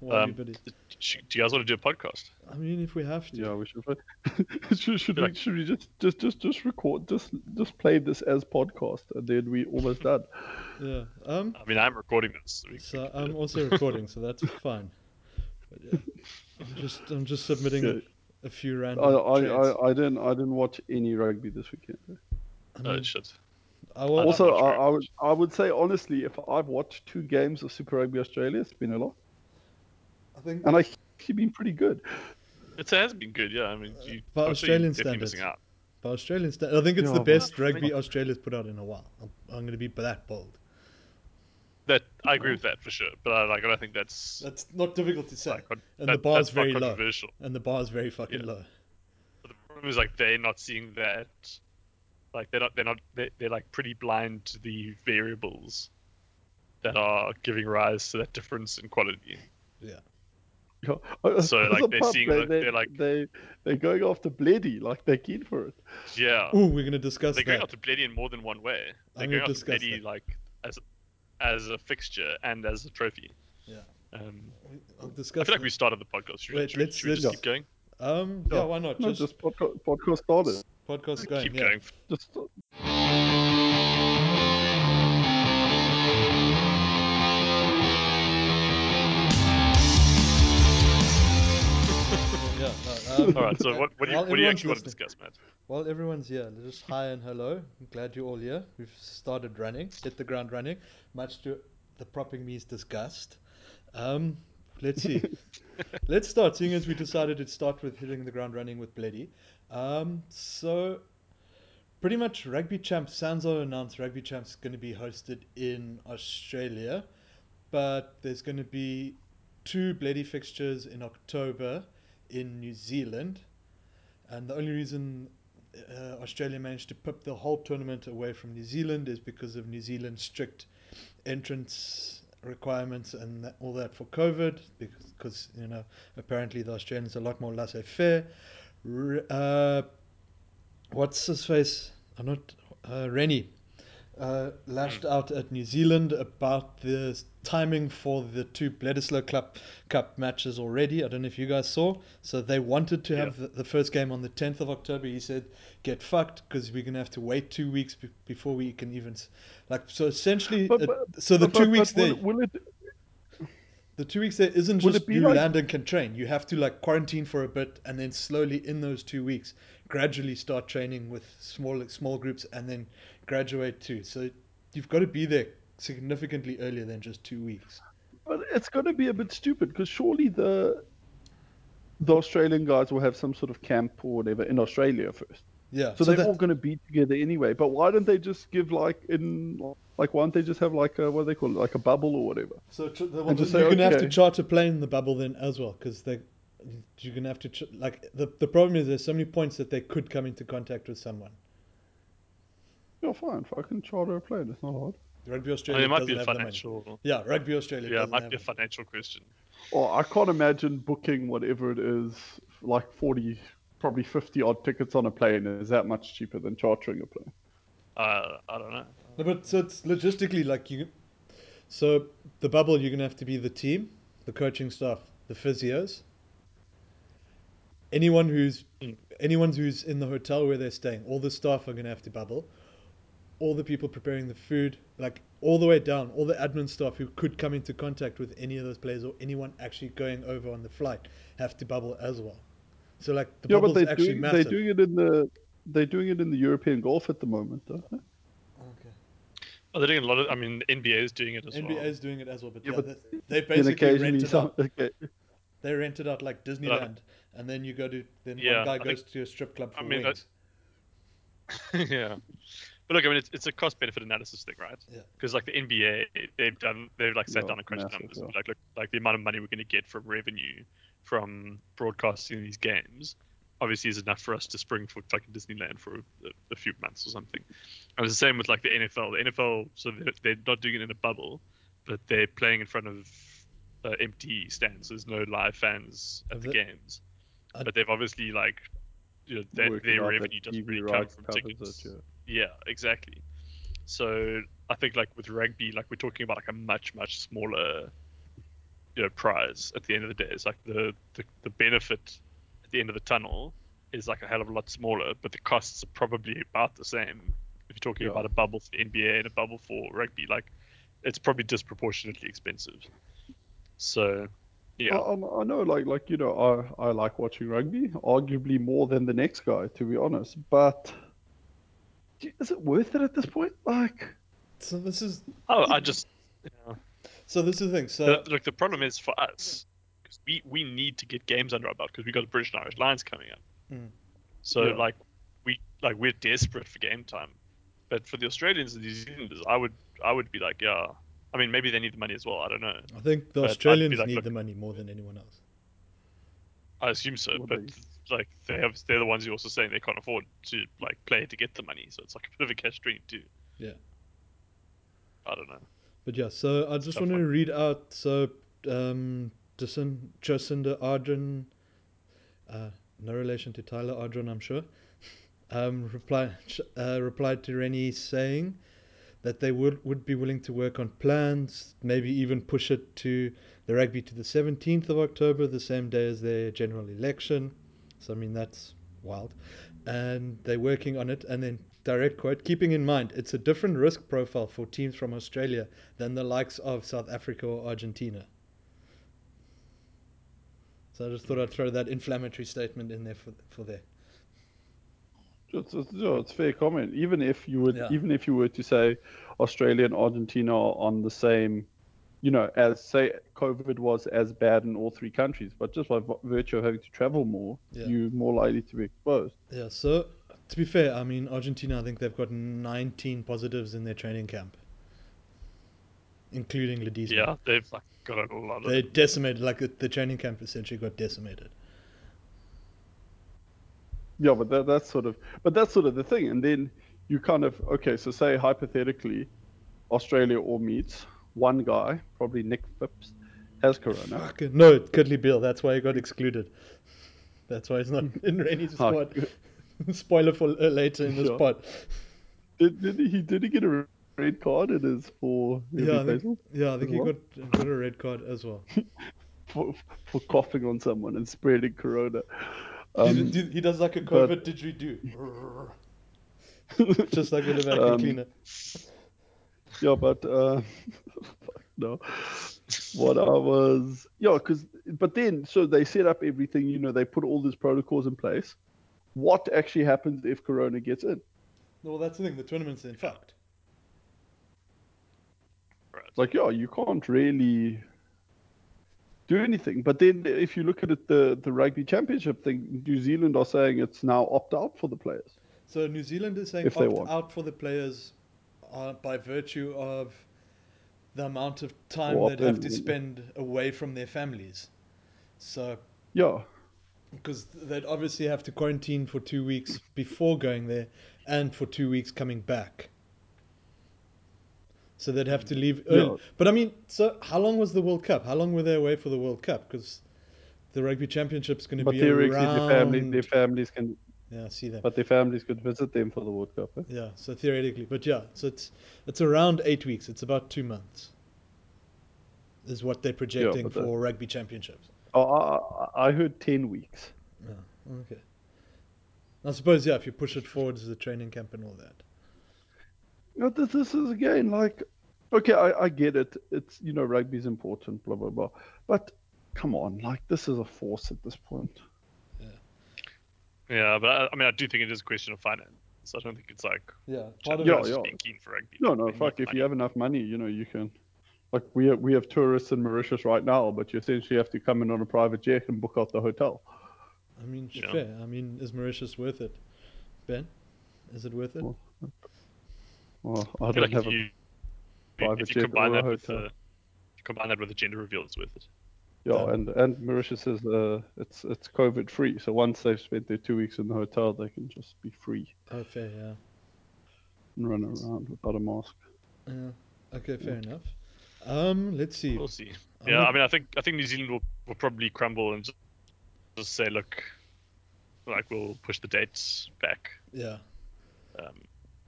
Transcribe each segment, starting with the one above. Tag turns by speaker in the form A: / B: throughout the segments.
A: for
B: Um,
A: everybody.
B: Sh- Do you guys want to do a podcast?
A: I mean, if we have to.
C: Yeah, we should. play- should should, we,
B: Like-
C: should we just just just just record just just play this as podcast and then we almost done.
A: Yeah. Um.
B: I mean, I'm recording this. We-
A: So I'm also recording, so that's fine. But yeah, I'm just I'm just submitting
C: Okay.
A: a few
C: I,
A: random.
C: I,
A: trades.
C: I I didn't I didn't watch any rugby this weekend.
A: I
B: Oh
A: mean,
B: shit!
A: I
B: uh,
A: wa-
C: also,
B: watch
C: I,
B: very
C: I would I would say honestly, if I've watched two games of Super Rugby Australia, it's been a lot,
A: I think
C: and I actually been pretty good.
B: It has been good, yeah. I mean, you,
A: by
B: I'm sure you're
A: uh, Australian
B: definitely
A: standards.
B: missing out.
A: by Australian sta- I think it's
C: Yeah,
A: the
C: but-
A: best
B: I mean-
A: rugby Australia's put out in a while. I'm, I'm going to be that bold.
B: That I agree with that for sure, but I like I don't think that's,
A: That's not difficult to say.
B: like con-
A: and
B: that-
A: the bar's
B: that's not
A: very low.
B: controversial.
A: And the bar's very fucking
B: Yeah.
A: low.
B: But the problem is like they're not seeing that. Like they're not they're not they're, they're like pretty blind to the variables that are giving rise to that difference in quality.
C: Yeah. I- I
B: So,
C: was
B: like,
C: a
B: they're
C: pub,
B: seeing,
C: they,
B: like,
C: they,
B: they're like-
C: they they're going after Bledy, like they're keen for it.
B: Yeah,
A: Ooh, we're going to discuss
B: they're going
A: that.
B: out to Bloody in more than one way. They're
A: I'm
B: going
A: gonna
B: out to
A: discuss
B: Bloody
A: that.
B: like as as a fixture and as a trophy.
A: Yeah.
B: Um,
A: I'll
B: I
A: discuss
B: feel like
A: that.
B: we started the podcast. Should, we-
A: Wait,
B: should we-
A: let's-
B: should we just
A: let's-
B: keep going?
A: Um, yeah,
C: Yeah.
A: why not?
C: No,
A: Just,
C: just podca- podcast started.
A: podcast going.
B: keep
A: yeah.
B: going.
C: Just
A: Uh, Yeah, no, um,
B: All right. So what, what do you
A: While
B: what do you
A: everyone's
B: actually want to
A: listening.
B: discuss, Matt?
A: Well, everyone's here. Just hi and hello. I'm glad you're all here. We've started running, hit the ground running, much to the propping me's disgust. Um, let's see. let's start, seeing as we decided to start with hitting the ground running with Bledy. Um, so, pretty much Rugby Champs, Sanzo announced Rugby Champs going to be hosted in Australia, but there's going to be two Bledy fixtures in October in New Zealand. And the only reason uh, Australia managed to pip the whole tournament away from New Zealand is because of New Zealand's strict entrance requirements and that, all that for COVID, because 'cause, you know apparently the Australians are a lot more laissez-faire. R- uh, what's his face? I'm not uh, Rennie. Uh, lashed out at New Zealand about the s- timing for the two Bledisloe Club Cup matches already. I don't know if you guys saw. So they wanted to
B: Yeah.
A: have the, the first game on the 10th of October. He said, "Get fucked," because we're gonna have to wait two weeks be- before we can even s- like. So essentially,
C: But-
A: it-
C: but-
A: so the
C: But-
A: two
C: but-
A: weeks
C: but will-
A: there,
C: will it
A: the two weeks there isn't
C: Will
A: just
C: it be
A: you
C: like-
A: land and can train. You have to like quarantine for a bit and then slowly in those two weeks gradually start training with small small groups and then graduate too. So you've got to be there significantly earlier than just two weeks.
C: But it's going to be a bit stupid because surely the the Australian guys will have some sort of camp or whatever in Australia first.
A: Yeah.
C: So, they're
A: that-
C: all going to be together anyway. But why don't they just give like in like why don't they just have like a what do they call it like a bubble or whatever?
A: So tr- the,
C: And
A: the,
C: just
A: you're
C: say,
A: gonna have to
C: okay.
A: charter plane in the bubble then as well, because they you're gonna have to ch- like the the problem is there's so many points that they could come into contact with someone.
C: Yeah, fine. Fucking charter a plane. It's not hard.
A: Rugby
B: I mean,
A: Australia
B: it might
A: doesn't
B: be a
A: have the money.
B: financial.
A: Yeah, Rugby Australia.
B: Yeah, it
A: doesn't
B: might
A: have
B: be a
A: it.
B: financial question.
C: Or I can't imagine booking whatever it is like forty, probably fifty odd tickets on a plane is that much cheaper than chartering a plane.
B: Uh, I don't know.
A: No, but so it's logistically like you. So the bubble, you're gonna have to be the team, the coaching staff, the physios, anyone who's
B: Mm.
A: anyone who's in the hotel where they're staying. All the staff are gonna have to bubble. All the people preparing the food, like all the way down, all the admin staff who could come into contact with any of those players or anyone actually going over on the flight have to bubble as well. So like the
C: yeah, but
A: bubble's
C: they
A: actually
C: do, they're
A: massive.
C: doing it in the they're doing it in the European Golf at the moment, don't they?
A: Okay.
B: Oh, they're doing a lot of. I mean, the NBA is doing it as
A: NBA
B: well.
A: is doing it as well, but,
C: Yeah,
A: yeah,
C: but
A: they, they
C: And
A: basically
C: occasionally
A: rented
C: some-
A: out
C: okay,
A: They rent it out like Disneyland, and then you go to then
B: Yeah,
A: one guy
B: I think-
A: goes to a strip club for
B: I mean, that-
A: wings.
B: yeah. But look, I mean, it's, it's a cost benefit analysis thing, right?
A: Yeah.
B: Because like the NBA, they've done they've like sat
C: Yeah,
B: down and crunched
C: massive,
B: numbers.
C: yeah.
B: and be Like, look, like the amount of money we're going to get from revenue from broadcasting these games, obviously, is enough for us to spring for like Disneyland for a, a few months or something. And it's the same with like the NFL. The NFL, so they're, they're not doing it in a bubble, but they're playing in front of uh, empty stands. There's no live fans at
A: Is
B: the
A: it-
B: games.
A: I-
B: But they've obviously like, you know, their,
C: working
B: their
C: out that
B: revenue doesn't
C: TV
B: really come
C: rights
B: from
C: covers it,
B: tickets.
C: yeah.
B: Yeah, exactly. So I think like with rugby, like we're talking about like a much much smaller you know, prize at the end of the day. It's like the, the, the benefit at the end of the tunnel is like a hell of a lot smaller, but the costs are probably about the same. If you're talking
C: Yeah.
B: about a bubble for the NBA and a bubble for rugby, like it's probably disproportionately expensive. So, yeah,
C: I, I'm- I know, like, like you know, I, I like watching rugby, arguably more than the next guy, to be honest. But is it worth it at this point? Like,
A: So this is
B: oh, I just you know,
A: so this is the thing. So
B: the, look. The problem is for us 'cause we we need to get games under our belt because we got the British and Irish Lions coming up.
A: Mm.
B: So
C: Yeah.
B: like we like we're desperate for game time, but for the Australians and New Zealanders, I would I would be like, yeah. I mean, maybe they need the money as well. I don't know.
A: I think the
B: But I'd be
A: Australians
B: like,
A: need
B: look-
A: the money more than anyone else.
B: I assume so,
C: Would
B: but like they have, they're the ones who are also saying they can't afford to like play to get the money, so it's like a bit of a cash dream too.
A: Yeah.
B: I don't know.
A: But yeah, so I just
B: Tough
A: wanted
B: one.
A: to read out so um Jason- Jacinda Ardern uh no relation to Tyler Ardern, I'm sure. Um reply, uh, replied to Rennie saying that they would would be willing to work on plans, maybe even push it to the rugby to the 17th of October, the same day as their general election. So I mean that's wild. And they're working on it and then direct quote, keeping in mind it's a different risk profile for teams from Australia than the likes of South Africa or Argentina. So I just thought I'd throw that inflammatory statement in there for for there.
C: It's, it's, yeah, it's a fair comment. Even if you would,
A: Yeah.
C: even if you were to say Australia and Argentina are on the same, you know, as say COVID was as bad in all three countries, but just by v- virtue of having to travel more,
A: Yeah.
C: you're more likely to be exposed.
A: Yeah, so to be fair, I mean Argentina I think they've got 19 positives in their training camp. Including Ledesma.
B: Yeah, they've like got a lot of.
A: They decimated like the- the training camp essentially got decimated.
C: Yeah, but that, that's sort of, but that's sort of the thing. And then you kind of okay. So say hypothetically, Australia all meets one guy, probably Nick Phipps, has corona.
A: Fucking- No, it Cuddly Beal. That's why he got excluded. That's why he's not in Rennie's
C: Ah,
A: squad. Spoiler for uh, later in the
C: Sure.
A: spot.
C: Did, did he did he get a red card? It is for
A: Yeah, I think, yeah, I think he
C: What?
A: got, got a red card as well.
C: for, for coughing on someone and spreading corona.
A: he,
C: Um,
A: do- he does like a
C: but-
A: COVID didgeridoo. Just like with a vacuum
C: Um,
A: cleaner.
C: yeah, but uh, fuck no. What I was, yeah, because but then so they set up everything. You know, they put all these protocols in place. What actually happens if corona gets in?
A: Well, that's the thing. The tournament's in fact.
C: It's like, yeah, you can't really do anything. But then if you look at it, the the rugby championship thing, New Zealand are saying it's now opt out for the players.
A: So New Zealand is saying
C: If they
A: opt
C: want.
A: out for the players uh, by virtue of the amount of time
C: Or
A: they'd
C: opt
A: have
C: in.
A: to spend away from their families. So
C: Yeah,
A: because they'd obviously have to quarantine for two weeks before going there and for two weeks coming back. So they'd have to leave early.
C: Yeah.
A: But I mean, so how long was the World Cup? How long were they away for the World Cup? Because the Rugby Championship's going to
C: but
A: be
C: theoretically,
A: around.
C: their families their families can,
A: yeah, I see that.
C: but their families could visit them for the World Cup. eh?
A: yeah, so theoretically, but yeah, so it's it's around eight weeks. It's about two months. Is what they're projecting
C: but
A: for
C: that-
A: Rugby Championships.
C: Oh, I- I, I heard 10 weeks.
A: Okay. I suppose yeah, if you push it forward to the training camp and all that.
C: No, this, this is again like, okay, I, I get it. It's, you know, rugby's important, blah, blah, blah. But come on, like, this is a force at this point.
B: Yeah, but I, I mean, I do think it is a question of finance. I don't think it's like
A: Yeah,
B: Chad
A: part of
C: Yeah,
B: Jones
C: yeah.
B: being keen for rugby.
C: No,
B: Like,
C: no,
B: they
C: fuck,
B: need
C: if you
B: money.
C: have enough money, you know, you can. Like, we have, we have tourists in Mauritius right now, but you essentially have to come in on a private jet and book out the hotel.
A: I mean,
B: Yeah.
A: fair. I mean, is Mauritius worth it? Ben, is it worth it?
C: Well, Well, I
B: I feel
C: don't
B: like
C: have
B: if
C: a
B: you,
C: private
B: if you
C: jet
B: combine
C: or a
B: that with
C: hotel.
B: the, if you combine that with the gender reveal, it's worth it.
C: Yeah,
A: Yeah.
C: and and Mauritius is uh, it's it's COVID free. So once they've spent their two weeks in the hotel, they can just be free
A: Oh, fair, yeah.
C: and run around without a mask.
A: yeah. Okay, fair enough. Um, let's see.
B: We'll see.
A: I'm
B: Yeah,
A: not-
B: I mean, I think I think New Zealand will, will probably crumble and just, just say, look, like we'll push the dates back
A: yeah,
B: um,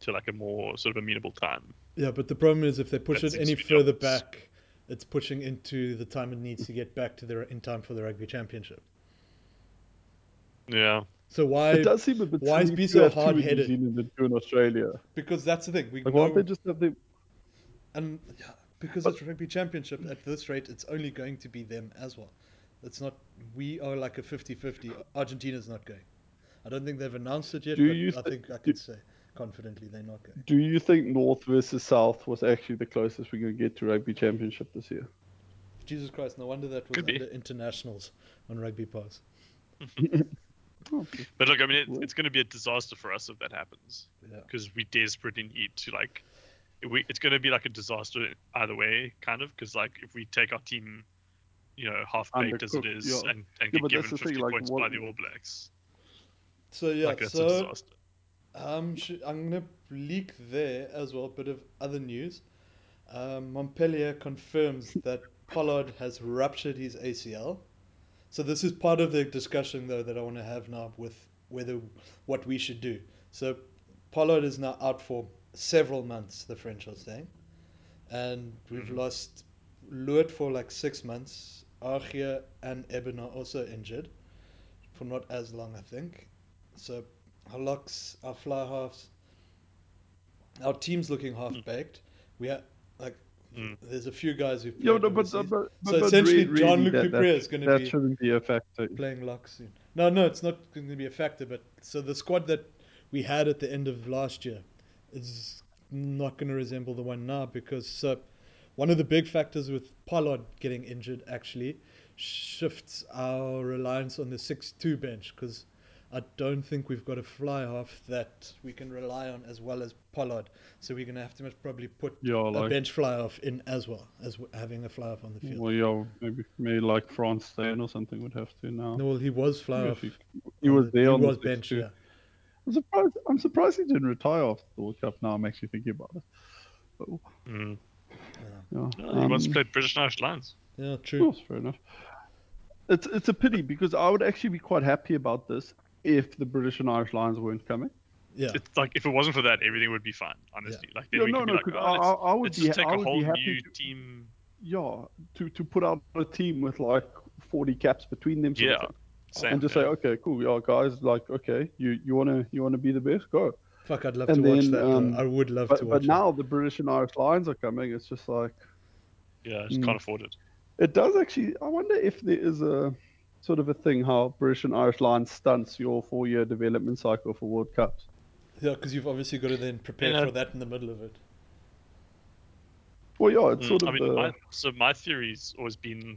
B: to like a more sort of amenable time.
A: yeah. But the problem is, if they push
B: That's
A: it any
B: six
A: further
B: millions.
A: back, it's pushing into the time it needs to get back to their in time for the rugby championship.
B: Yeah.
A: So why?
C: it does seem a bit
A: why is
C: silly
A: be
C: to
A: so
C: have two in
A: hard-headed?
C: New Zealand and two in Australia.
A: Because that's the thing. We
C: Like, why
A: know,
C: don't they just have the
A: and yeah, because it's rugby championship at this rate, it's only going to be them as well. It's not. We are like a 50-50. Argentina's not going. I don't think they've announced it yet.
C: Do
A: but
C: you
A: I
C: thi-
A: think I could say confidently they're not going.
C: Do you think North versus South was actually the closest we're going to get to rugby championship this year?
A: Jesus Christ! No wonder that was
B: Could be.
A: under internationals on Rugby Pass.
B: Oh, But look, I mean, it,
C: Well-
B: it's going to be a disaster for us if that happens
A: Yeah.
B: because we desperately need to like. We, it's going to be like a disaster either way, kind of, because like if we take our team, you know, half baked as it
C: Undercooked,
B: is,
C: yeah.
B: and, and
C: Yeah,
B: get
C: but
B: given
C: that's the
B: fifty
C: thing, like,
B: points
C: what-
B: by the All Blacks,
A: So yeah.
B: like that's
A: so
B: a disaster.
A: Um, sh- I'm going to leak there as well a bit of other news. Um, Montpellier confirms that Pollard has ruptured his ACL. So this is part of the discussion though that I want to have now with whether what we should do. So Pollard is now out for several months. The French are saying, and we've
B: Mhm.
A: lost Luet for like six months. Argia and Eben are also injured for not as long, I think. So our locks, our fly halves, our team's looking half baked. We have like
B: Mm.
A: there's a few guys who
C: Yeah, no, but, but, but,
A: So
C: but
A: essentially,
C: really,
A: John
C: really,
A: Luc
C: that, that,
A: Dupré is going to
C: that
A: be
C: shouldn't be a factor.
A: playing lock soon. No, no, it's not going to be a factor. But so the squad that we had at the end of last year is not going to resemble the one now because so one of the big factors with Pollard getting injured actually shifts our reliance on the six-two bench because I don't think we've got a fly half that we can rely on as well as Pollard. So we're going to have to probably put a
C: Yeah, like
A: bench fly half in as well as w- having a fly half on the field.
C: well, yeah, maybe maybe like France then or something would have to now.
A: No, well, he was fly
C: Yeah,
A: half.
C: he-
A: on
C: he was
A: the-
C: there on
A: He
C: the
A: was bench.
C: 62.
A: Yeah.
C: I'm surprised. I'm surprised he didn't retire after the World Cup. Now I'm actually thinking about it.
B: Mm.
C: Yeah,
B: No, he once
C: um,
B: played British Irish Lions.
A: Yeah,
C: Oh,
A: true.
C: that's fair enough. It's it's a pity because I would actually be quite happy about this if the British and Irish Lions weren't coming.
A: Yeah.
B: It's like if it wasn't for that, everything would be fine. Honestly, like then
C: Yeah,
B: we
C: no,
B: could
C: no,
B: be like,
C: 'cause
B: oh,
C: I,
B: let's,
C: I, I would
B: let's
C: be,
B: take
C: I
B: a
C: would
B: whole
C: be happy.
B: new
C: to-
B: team.
C: yeah, to, to put out a team with like 40 caps between them. sort of
B: Yeah,
C: thing.
B: Same,
C: and just
B: yeah.
C: say, okay, cool, yeah, guys, like, okay, you you wanna you wanna be the best, go.
A: Fuck, I'd love to
C: and
A: watch
C: then,
A: that. though.
C: um,
A: I would love to
C: But
A: watch
C: but now the British and Irish Lions are coming. It's just like
B: yeah, I just
C: Mm.
B: can't afford it.
C: it does actually. I wonder if there is a sort of a thing how British and Irish Lions stunts your four-year development cycle for World Cups.
A: it. Yeah, because you've obviously got to then prepare
B: And I-
A: for that in the middle of it.
C: Well, yeah, Oh, it's
B: Mm,
C: sort of
B: I mean,
C: the
B: my, so my theory's always been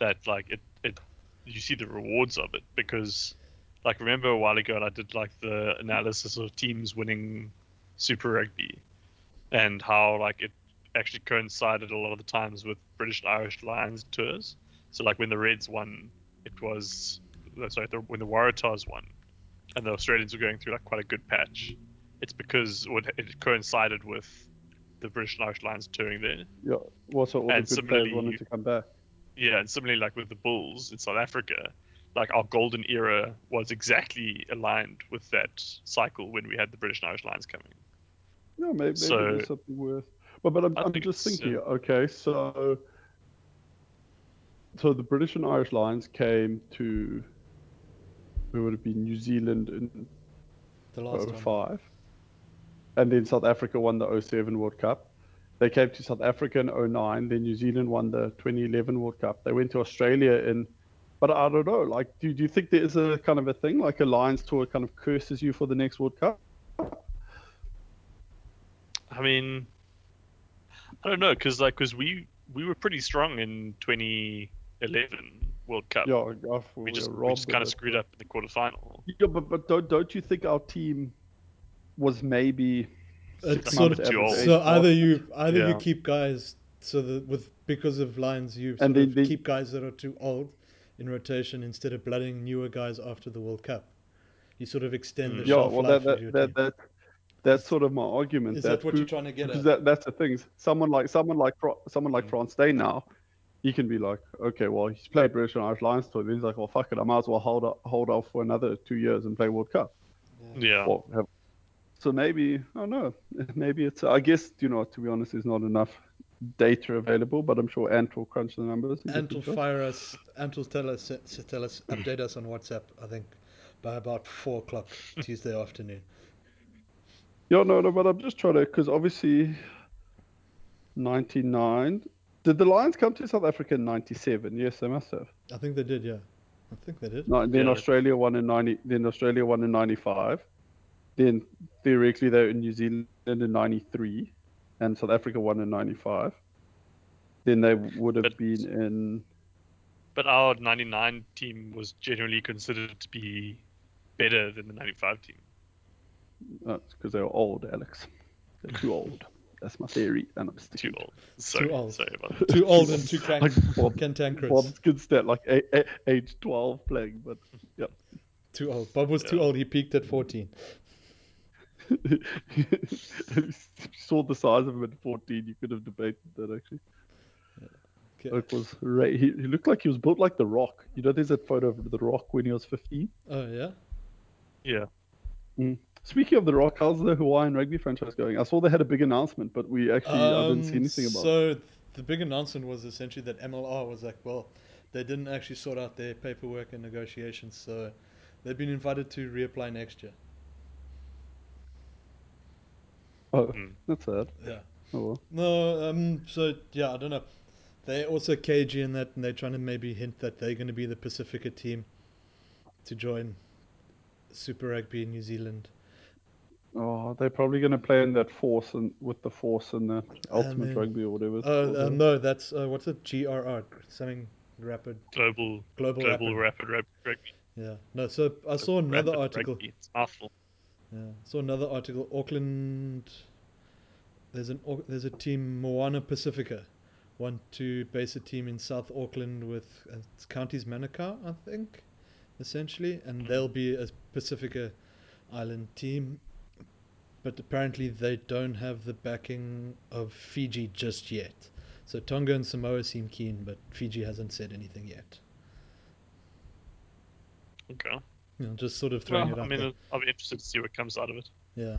B: that like it, it, you see the rewards of it because, like, remember a while ago, I did like the analysis of teams winning Super Rugby, and how like it actually coincided a lot of the times with British and Irish Lions tours. So like when the Reds won, it was no, sorry the, when the Waratahs won, and the Australians were going through like quite a good patch. It's because it it coincided with the British and Irish Lions touring there.
C: yeah, what's all the
B: and
C: good players
B: similarly-
C: wanted to come back.
B: Yeah, and similarly, like with the Bulls in South Africa, like our golden era was exactly aligned with that cycle when we had the British and Irish Lions coming.
C: Yeah, maybe, maybe
B: So-
C: there's something worth. But but I'm,
B: I
C: I'm
B: think
C: just
B: it's,
C: thinking. Okay, so so the British and Irish Lions came to where would it be New Zealand in
A: The last one.
C: 05, and then South Africa won the 07 World Cup. They came to South Africa in 09. Then New Zealand won the 2011 World Cup. They went to Australia in. But I don't know. Like, do, do you think there is a kind of a thing like a Lions tour kind of curses you for the next World Cup?
B: I mean, I don't know, because like, because we we were pretty strong in 2011 World Cup.
C: Yeah, I- I-
B: we just we
C: robbed
B: just kind
C: it.
B: of screwed up in the quarterfinal.
C: Yeah, but, but don't, don't you think our team was maybe
A: It's
C: six
A: sort
C: months
A: of,
B: months too
C: out
B: old.
C: age
A: so either
C: after?
A: you either you
B: Yeah.
A: keep guys so that with because of lines you sort
C: they-
A: of
C: they-
A: keep guys that are too old in rotation instead of blooding newer guys after the World Cup. You sort of extend the
B: Mm.
C: yeah,
A: shelf
C: well
A: life
C: that
A: of your
C: that,
A: team.
C: that that that's sort of my argument.
A: Is that what
C: who-
A: you're trying to get
C: because
A: at?
C: that, that's the thing. Someone like someone like Fro- someone like
B: Mm.
C: France Day now, he can be like, okay, well he's played British and Irish Lions tour. Then he's like, well fuck it, I might as well hold o- hold off for another two years and play World Cup.
B: Yeah,
C: Well, have- so maybe I don't know. Maybe it's I guess you know to be honest, there's not enough data available, but I'm sure Ant will crunch the numbers. and get
A: Ant
C: the
A: will
C: job.
A: fire us. Ant will tell us, s- tell us, update us on WhatsApp. I think by about four o'clock Tuesday afternoon.
C: Yeah, no, no, but I'm just trying to because obviously, '99. Did the Lions come to South Africa in '97? Yes, they must have.
A: I think they did. Yeah, I think they did.
C: No, then
B: Yeah.
C: Australia won in '90. Then Australia won in '95. Then theoretically they were in New Zealand in '93, and South Africa won in '95. Then they would have
B: But-
C: been in.
B: But our 99 team was generally considered to be better than the 95 team.
C: That's because uh, they were old, Alex. They're too old. That's my theory, and I'm
B: Too
C: sticking.
B: old. Sorry,
A: Too old.
B: sorry about that.
A: Too old and too crank,
C: Like Bob,
A: cantankerous.
C: Bob's good stat, like a, a, age 12 playing, but yeah.
A: Too old. Bob was too
B: Yeah.
A: old. He peaked at fourteen.
C: if you saw the size of him at 14, you could have debated that actually.
A: Okay.
C: It was ra- he, he looked like he was built like The Rock. You know, there's that photo of The Rock when he was 15.
A: Oh yeah.
B: Yeah.
C: Speaking of The Rock, how's the Hawaiian rugby franchise going? I saw they had a big announcement, but we actually I didn't see
A: Um,
C: anything about it.
A: So th- the big announcement was essentially that MLR was like, well, they didn't actually sort out their paperwork and negotiations, so they've been invited to reapply next year.
C: Oh,
B: Mm.
C: that's sad.
A: Yeah.
C: Oh well.
A: No. Um. So yeah, I don't know. They're also cagey in that, and they're trying to maybe hint that they're going to be the Pacifica team to join Super Rugby in New Zealand.
C: Oh, they're probably going to play in that force and with the force and that ultimate
A: then-
C: rugby or whatever. it's called,
A: Oh uh,
C: yeah.
A: no, that's uh, what's it? GRR, something rapid
B: Global,
A: global,
B: global
A: rapid.
B: rapid, rapid rugby.
A: yeah. No. So I saw another
B: rapid
A: article.
B: rugby. It's a mouthful.
A: Yeah. So another article, Auckland. There's an Au- there's a team Moana Pacifica, want to base a team in South Auckland with uh, it's counties Manukau, I think, essentially, and they'll be a Pacifica island team, but apparently they don't have the backing of Fiji just yet. So Tonga and Samoa seem keen, but Fiji hasn't said anything yet.
B: Okay.
A: You know, just sort of throwing
B: Well,
A: it
B: I
A: out
B: mean,
A: there.
B: I'll be interested to see what comes out of it.
A: Yeah.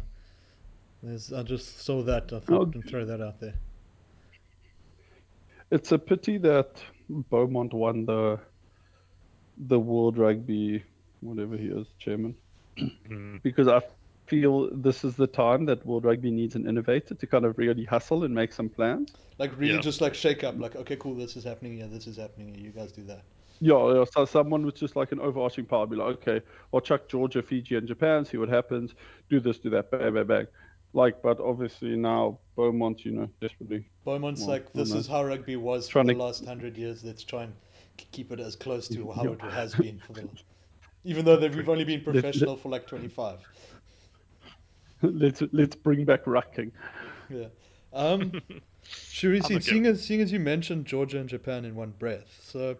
A: There's, I just saw that. I thought
C: Oh,
A: I'd throw that out there.
C: It's a pity that Beaumont won the the World Rugby, whatever he is, chairman,
B: Mm.
C: because I feel this is the time that World Rugby needs an innovator to kind of really hustle and make some plans.
A: Like really
B: Yeah.
A: just like shake up, like, okay, cool, this is happening, yeah, this is happening, yeah, you guys do that.
C: Yeah, yeah, so someone with just like an overarching power be like, okay, I'll chuck Georgia, Fiji, and Japan, see what happens, do this, do that, bang, bang, bang. Like, but obviously now Beaumont, you know, desperately
A: Beaumont's
C: Well,
A: like, this
C: well,
A: is how rugby was for
C: Trying
A: the
C: to-
A: last hundred years, let's try and k- keep it as close to how
C: Yeah.
A: it has been for the la- even though that we've only been
C: let-
A: professional for like 25.
C: let's let's bring back rucking.
A: Yeah. Um, should we
B: I'm
A: see,
B: okay
A: seeing as, seeing as you mentioned Georgia and Japan in one breath, so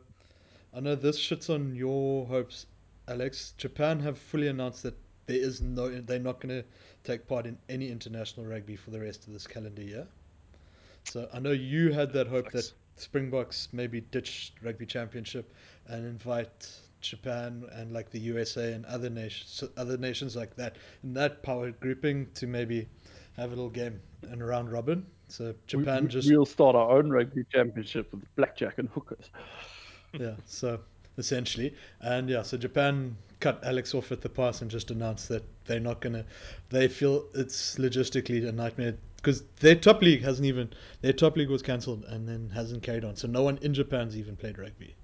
A: I know this shits on your hopes, Alex. Japan have fully announced that there is no, they're not going to take part in any international rugby for the rest of this calendar year. So I know you had that hope that
B: Sucks.
A: Springboks maybe ditch rugby championship and invite Japan and like the USA and other nations, other nations like that, in that power grouping to maybe have a little game and round robin. So
C: We-
A: Japan
C: we,
A: just
C: we'll start our own rugby championship with blackjack and hookers.
A: yeah. So essentially, and yeah, so Japan cut Alex off at the pass and just announced that they're not gonna. They feel it's logistically a nightmare because their top league hasn't even their top league was cancelled and then hasn't carried on. So no one in Japan's even played rugby.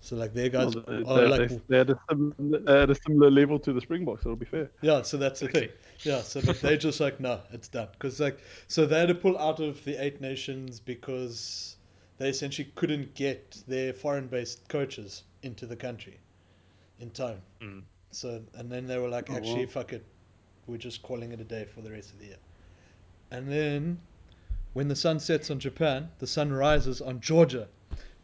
A: So like their guys
C: Well, they,
A: are
C: they-
A: like
C: they- they had a sim- they had a similar level to the Springboks. It'll be fair.
A: Yeah, so that's the thing. Yeah, so but they just like no, it's done because like so they had to pull out of the Eight Nations because they essentially couldn't get their foreign-based coaches into the country in time.
B: Mm.
A: So and then they were like,
C: Oh,
A: actually,
C: wow.
A: fuck it, we're just calling it a day for the rest of the year. And then when the sun sets on Japan, the sun rises on Georgia,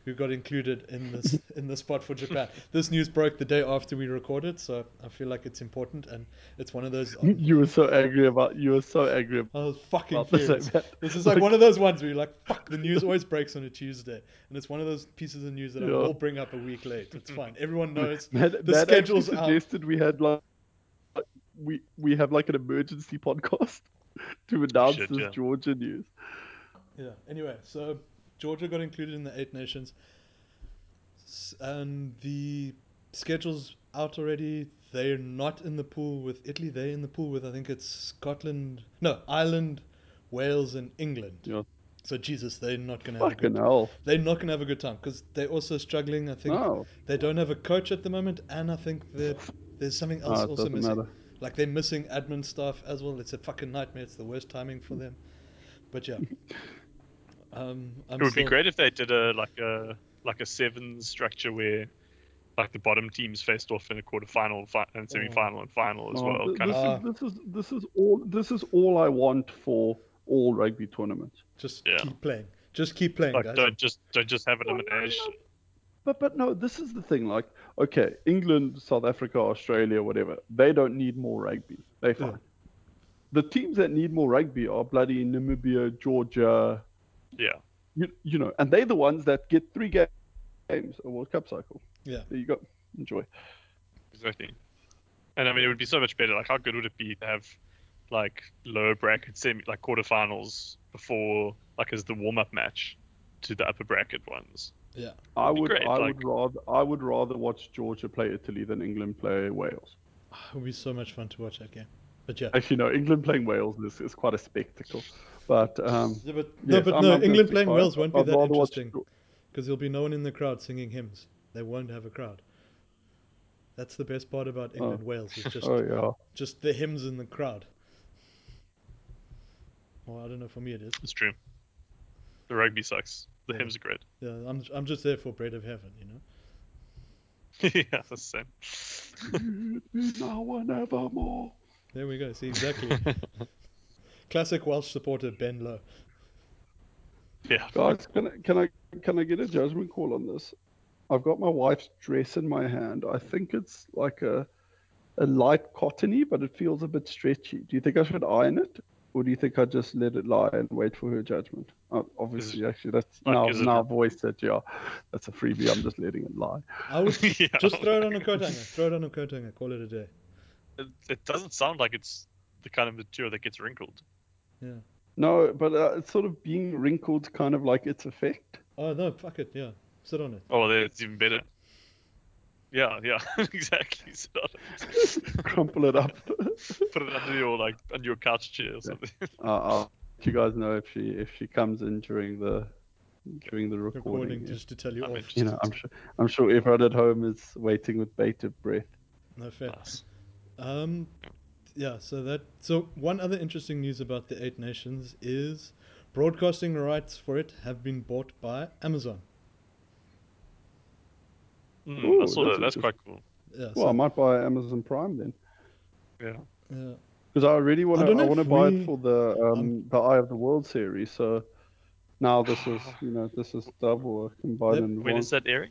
A: who got included in this in the spot for Japan. This news broke the day after we recorded, so I feel like it's important and it's one of those.
C: You were so angry about. You were so angry
A: I was fucking
C: about this.
A: furious.
C: like that.
A: This is like one of those ones where you're like, fuck, the news always breaks on a Tuesday. And it's one of those pieces of news that I
C: Yeah.
A: will bring up a week late. It's fine. Everyone knows.
C: Matt,
A: the
C: Matt actually
A: schedule's out.
C: suggested we had like like, we we have like an emergency podcast to announce
B: should,
C: this
B: yeah.
C: Georgia news.
A: Yeah. Anyway, so Georgia got included in the Eight Nations, S- and the schedule's out already. They're not in the pool with Italy. They're in the pool with I think it's Scotland, no Ireland, Wales, and England.
C: Yeah.
A: So Jesus, they're not gonna have a
C: Fucking
A: good.
C: hell.
A: They're not gonna have a good time because they're also struggling. I think
C: No.
A: they don't have a coach at the moment, and I think that there's something else
C: Ah, it
A: also
C: doesn't
A: missing.
C: matter.
A: Like they're missing admin staff as well. It's a fucking nightmare. It's the worst timing for them. But yeah. Um, I'm
B: it would be
A: still-
B: great if they did a like a like a sevens structure where like the bottom teams faced off in a quarterfinal fi- and
A: Mm.
B: semi-final and final as
C: Oh,
B: well.
C: th-
B: Kind
C: this,
B: of.
A: Ah.
C: is, this is this is all this is all I want for all rugby tournaments.
A: Just
B: Yeah.
A: keep playing. Just keep playing,
B: Like
A: guys.
B: don't just don't just have
C: Oh, no,
B: an elimination.
C: But but no, this is the thing. Like, okay, England, South Africa, Australia, whatever. They don't need more rugby. They
A: Yeah.
C: fine. The teams that need more rugby are bloody Namibia, Georgia,
B: Yeah.
C: you, you know, and they're the ones that get three ga- games a World Cup cycle.
A: Yeah.
C: There you go. Enjoy.
B: Exactly. And I mean, it would be so much better. Like, how good would it be to have like lower bracket semi, like quarterfinals before, like, as the warm up match to the upper bracket ones?
A: Yeah.
C: I
B: be
C: would
B: great,
C: I
B: like-
C: would rather I would rather watch Georgia play Italy than England play Wales.
A: It would be so much fun to watch that game. But yeah.
C: Actually, no, England playing Wales is, is quite a spectacle. But um,
A: Yeah, but no,
C: yes,
A: but
C: I'm-
A: no.
C: I'm gonna
A: England
C: stick
A: playing
C: by it.
A: Wales won't be
C: I'd
A: that
C: rather watch
A: interesting
C: Geor-
A: because there'll be no one in the crowd singing hymns. They won't have a crowd. That's the best part about England Wales is just
C: Oh yeah.
A: just the hymns in the crowd. Well, I don't know. For me, it is.
B: It's true. The rugby sucks. The
A: Yeah.
B: hymns are great.
A: Yeah, I'm I'm just there for bread of heaven, you know.
B: yeah, that's the same.
C: no one evermore.
A: There we go. See exactly. Classic Welsh supporter Ben Lowe.
B: yeah.
C: Guys, can I, can I can I get a judgment call on this? I've got my wife's dress in my hand. I think it's like a a light cottony, but it feels a bit stretchy. Do you think I should iron it, or do you think I just let it lie and wait for her judgment? Oh, obviously, actually, that's
B: like,
C: now
B: is it-
C: now voiced that yeah, that's a freebie. I'm just letting it lie.
A: I would
B: yeah.
A: just uh, throw it on a coat hanger. Throw it on a coat hanger. Call it a day.
B: It, it doesn't sound like it's the kind of material that gets wrinkled.
C: No, but uh, it's sort of being wrinkled, kind of like its effect.
A: Oh no, fuck it. Yeah, sit on it.
B: Oh, there, it's even better. Yeah, yeah, exactly. So,
C: Crumple it up.
B: put it under your like under your couch chair or something.
C: uh, I'll let you guys know if she if she comes in during the during the recording.
A: Recording
C: if-
A: just to tell you
B: I'm
A: off.
B: interested.
C: you know, I'm sure I'm sure everyone at home is waiting with bated breath.
A: No fair.
B: Nice.
A: Um, yeah. So that. So one other interesting news about the Eight Nations is broadcasting rights for it have been bought by Amazon.
B: Mm,
C: Ooh,
B: I saw
C: that's
B: that. That's quite cool.
A: Yeah.
C: Well, I
A: So,
C: might buy Amazon Prime then,
B: Yeah.
A: yeah.
C: because I really want
A: I
C: to.
A: don't
C: I,
A: know
C: want to
A: if
C: buy
A: we-
C: it for the um, the Eye of the World series. So now this is you know this is double. I can buy
A: Yep.
C: them.
B: When is that airing?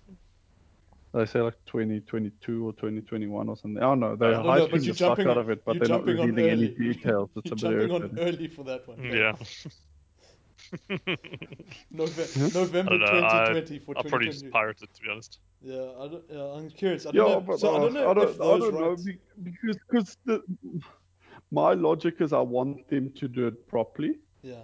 C: They say like 2022 or 2021 or something. Oh no,
A: I
C: they're
A: don't know,
C: hyping
A: but
C: the
A: you're
C: fuck
A: jumping on-
C: out of it, but
A: you're
C: they're not
A: jumping on
C: revealing any
A: early.
C: details. It's a bit
A: Jumping on
C: irritating.
A: early for that one.
B: Mm, Yeah.
A: Nove-
C: Yeah.
B: I
A: November
B: don't know, I-
A: 2020 for
B: I'll probably
A: 2020.
B: just pirate it to be honest.
A: Yeah, I don't, yeah, I'm curious. I
C: Yeah,
A: don't know.
C: but
A: So I
C: uh,
A: don't know
C: I don't,
A: if those
C: I don't
A: rights-
C: know be- because cause the, my logic is I want them to do it properly.
A: Yeah.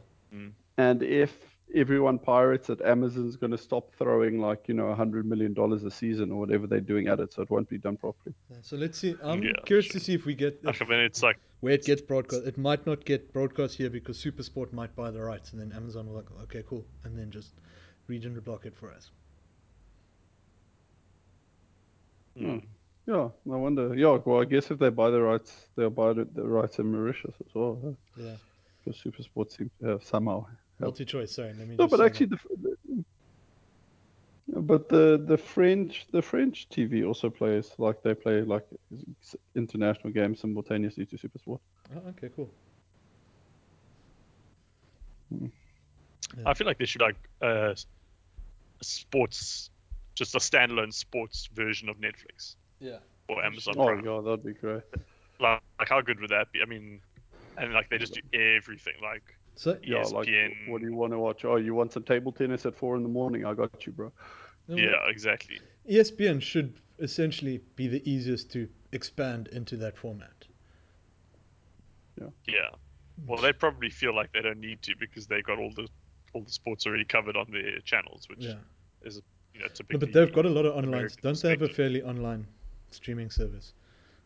C: And if everyone pirates it, Amazon's going to stop throwing like you know 100 million dollars a season or whatever they're doing at it, so it won't be done properly.
A: Yeah, So let's see. I'm
B: Yeah,
A: curious to
B: sure.
A: see if we get
B: Like,
A: if,
B: I mean, it's like
A: where it gets broadcast. It might not get broadcast here because Supersport might buy the rights, and then Amazon will like, okay, cool, and then just region block it for us.
B: mm,
C: Yeah, no wonder. Yeah, well, I guess if they buy the rights, they'll buy the, the rights in Mauritius as well, huh?
A: Yeah.
C: because SuperSport seems to have somehow.
A: Multi-choice. Sorry, let me.
C: No,
A: just
C: but
A: say
C: actually, the, the but the the French the French TV also plays like they play like s- international games simultaneously to SuperSport.
A: that. Oh, okay, cool.
B: I feel like they should like uh, s- sports, just a standalone sports version of Netflix
A: Yeah.
B: or Amazon
C: Oh
B: Prime.
C: yeah, that'd be great.
B: Like, like, how good would that be? I mean, and like they just do everything. Like E
A: So
C: Yeah, like
B: ESPN.
C: wh- what do you want to watch? Oh, you want some table tennis at four in the morning? I got you, bro.
B: yeah, exactly.
A: ESPN should essentially be the easiest to expand into that format.
B: Yeah. Well, they probably feel like they don't need to because they got all the all the sports already covered on their channels, which
A: Yeah.
B: is you know typically.
A: No, but they've got a lot of online.
B: American
A: Don't they have a
B: perspective.
A: fairly online streaming service?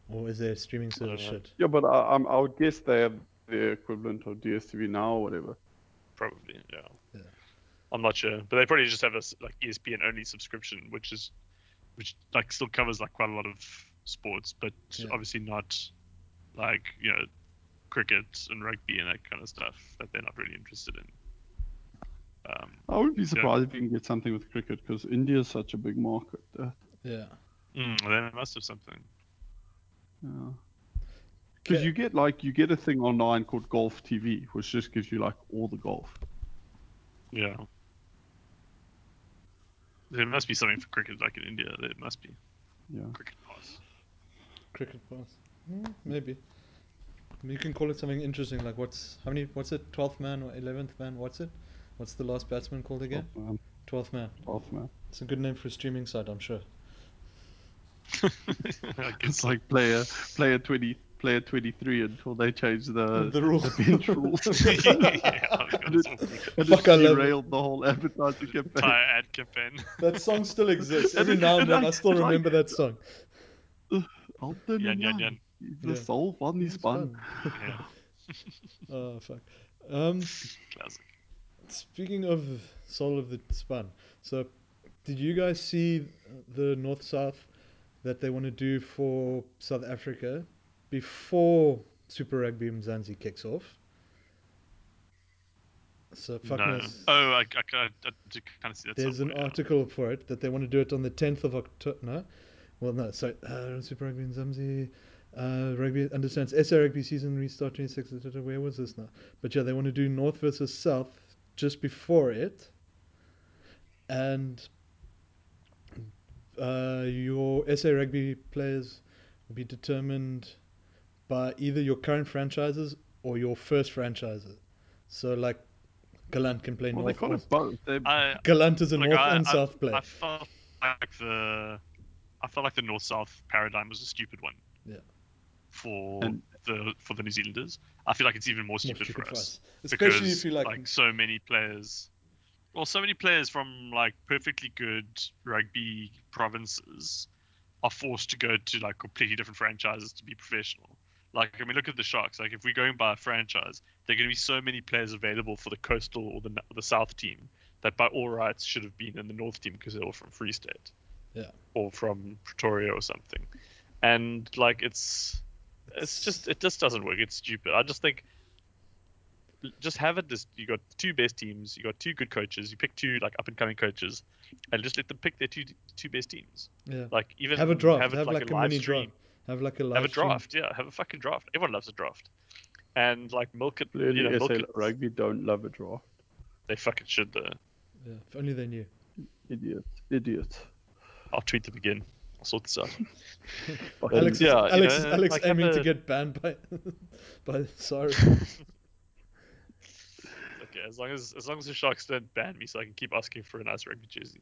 A: Or is their streaming service
B: know.
A: shit?
C: Yeah, but I, I'm- I would guess they have the equivalent of DSTV now or whatever.
B: probably yeah.
A: Yeah.
B: I'm not sure, but they probably just have a s- like ESPN only subscription, which is which like still covers like quite a lot of sports, but
A: Yeah.
B: obviously not like you know cricket and rugby and that kind of stuff that they're not really interested in. Um,
C: I wouldn't be surprised if you can get something with cricket because India is such a big market. Uh,
A: Yeah.
B: mm, then they must have something.
C: yeah. Because
A: Okay.
C: you get like you get a thing online called Golf TV, which just gives you like all the golf.
B: Yeah. There must be something for cricket, like in India. There must be
C: Yeah.
B: cricket pass.
A: Cricket pass. Mm, maybe. You can call it something interesting like what's how many what's it? Twelfth man or eleventh man? What's it? What's the last batsman called again?
C: Golf, man.
A: Twelfth man.
C: Golf, man.
A: It's a good name for a streaming site, I'm sure.
B: I guess
C: It's like player player twenty player twenty three until they change the
A: the rule.
C: bench rules.
B: yeah, I was gonna say,
C: and
A: Fuck,
C: just
A: I love it.
C: derailed the whole advertising campaign.
B: entire ad campaign.
A: That song still exists.
C: And
A: Every
C: it-
A: now and
C: and
A: then
C: I-
A: I still
C: it's like-
A: remember that song.
C: Alton
B: Yan,
C: and
B: yan,
C: Yan. The
A: Yeah.
C: soul one is
A: It's
C: fun.
B: Yeah,
A: Oh fuck. Um
B: classic.
A: Speaking of Soul of the Spun, so did you guys see the North South that they want to do for South Africa before Super Rugby Mzanzi kicks off? So fuck
B: no.
A: knows.
B: Oh, I, I, kind of kind of see that.
A: There's an
B: somewhere, yeah.
A: article for it that they want to do it on the 10th of October. No, well, no. Sorry, uh, Super Rugby in Zambia. Uh, rugby understands SA rugby season restart 26. da, da, da, Where was this now? But yeah, they want to do North versus South just before it, and uh, your SA rugby players will be determined by either your current franchises or your first franchises. So like, Galant can play
C: Well, they
A: North.
C: call
A: or-
C: it both. They,
B: I,
A: Galant is a
B: Look,
A: north
B: I-
A: and
B: I-
A: south player.
B: I felt like the I felt like the north south paradigm was a stupid one.
A: Yeah.
B: For
C: And-
B: the for the New Zealanders, I feel like it's even more stupid, for us.
A: Especially
B: because,
A: if you like,
B: so many players well so many players from like perfectly good rugby provinces are forced to go to like completely different franchises to be professional like i mean look at the sharks like if we're going by a franchise there are going to be so many players available for the coastal or the, the south team that by all rights should have been in the north team because they were from free state
A: Yeah.
B: or from pretoria or something and like it's it's just it just doesn't work. It's stupid. I just think just have it. Just you got two best teams. You got two good coaches. You pick two like up and coming coaches, and just let them pick their two two best teams.
A: yeah.
B: Like even
A: have a draft, have,
B: it
A: like, a,
B: live
A: mini
B: stream.
A: draft, have like a live
B: Have a
A: stream.
B: draft. Yeah, have a fucking draft. Everyone loves a draft. And like milk it,
C: clearly,
B: you know, milk
C: SA
B: it.
C: rugby don't love a draw.
B: They fucking should. Though.
A: Yeah, if only they knew.
C: Idiot. Idiot.
B: I'll tweet them again. I'll sort this out.
C: Fucking-
A: Alex,
B: yeah,
A: is,
B: you
A: Alex, is-
B: know,
A: Alex
B: like, have
A: aiming to
B: a-
A: get banned by, by sorry.
B: okay, as long as as long as the Sharks don't ban me, so I can keep asking for a nice rugby jersey.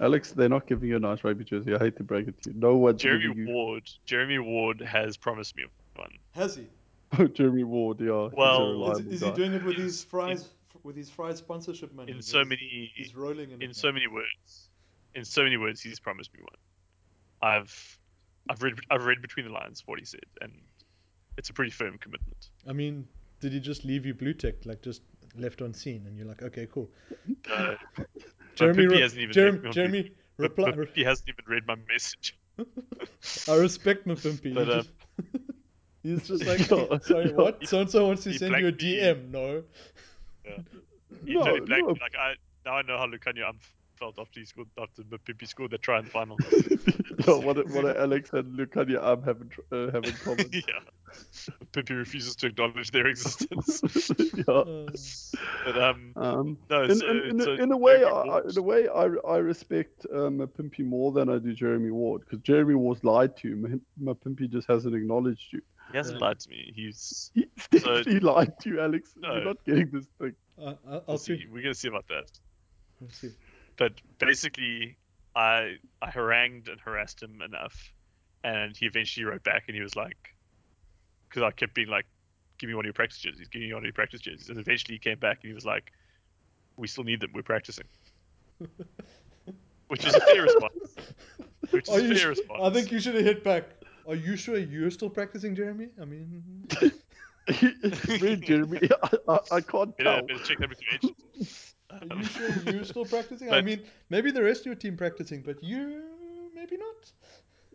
C: Alex, they're not giving you a nice rugby jersey. I hate to break it to you. No one's
B: Jeremy
C: giving you
B: Ward. Jeremy Ward has promised me one.
A: Has he?
C: Jeremy Ward. Yeah, he's a
B: Well- Is-
C: reliable guy.
A: it
B: with his fries-
A: with his fries sponsorship money?
B: in so many
A: rolling
B: in so many words in so many words he's promised me one i've i've read i've read between the lines what he said and it's a pretty firm commitment
A: I mean, did he just leave you blue tick like just left on scene, and you're like, okay, cool.
B: uh,
A: Jeremy,
B: Pippi
A: re-
B: hasn't even left me
A: Jeremy,
B: on
A: Jeremy,
B: but,
A: reply.
B: but he hasn't even read my message
A: I respect Mpimpy.
B: But,
A: he
B: uh,
A: just, he's just like,
C: No,
A: sorry,
C: no.
A: what? So and so wants to
B: He
A: send you a
B: blanked me.
A: DM. No.
B: he
C: No,
B: totally blanked
C: no.
B: me. like i now i know how lucania um, felt after he scored after Pipi scored the try in the final
C: yeah, what, a- what a Alex and Lucania Arm have in, tr- uh, have in common.
B: yeah Pipi refuses to acknowledge their existence
C: yeah.
A: Uh,
B: but um
C: Um,
B: no
C: in,
B: so,
C: in, in, a-
B: so
C: in a way, I,
B: Jeremy
C: I-
B: Ward-
C: in a way, I, I respect um, Pimpy more than I do Jeremy Ward because Jeremy Ward's lied to you. My Pimpy just hasn't acknowledged you.
B: he hasn't
A: Yeah.
B: lied to me he's
C: He's definitely lied to you, Alex.
B: No.
C: You're not getting this thing.
A: I, I,
B: we'll
A: I'll see.
B: see. We're gonna see about that.
A: I'll see.
B: But basically, I I harangued and harassed him enough, and he eventually wrote back, and he was like, because I kept being like, "Give me one of your practice jerseys, give me one of your practice jerseys," and eventually he came back and he was like, we still need them. We're practicing, which is a fair response. Which is
A: Are you
B: a
A: su-
B: fair response.
A: I think you should have hit back. Are you sure you're still practicing, Jeremy? I mean,
C: Me and Jeremy, I, I, I can't
B: You know, I
C: tell.
B: better check that with your Um, agent.
A: Oh. are you sure you're still practicing? I
B: But-
A: mean, maybe the rest of your team practicing, but you maybe not.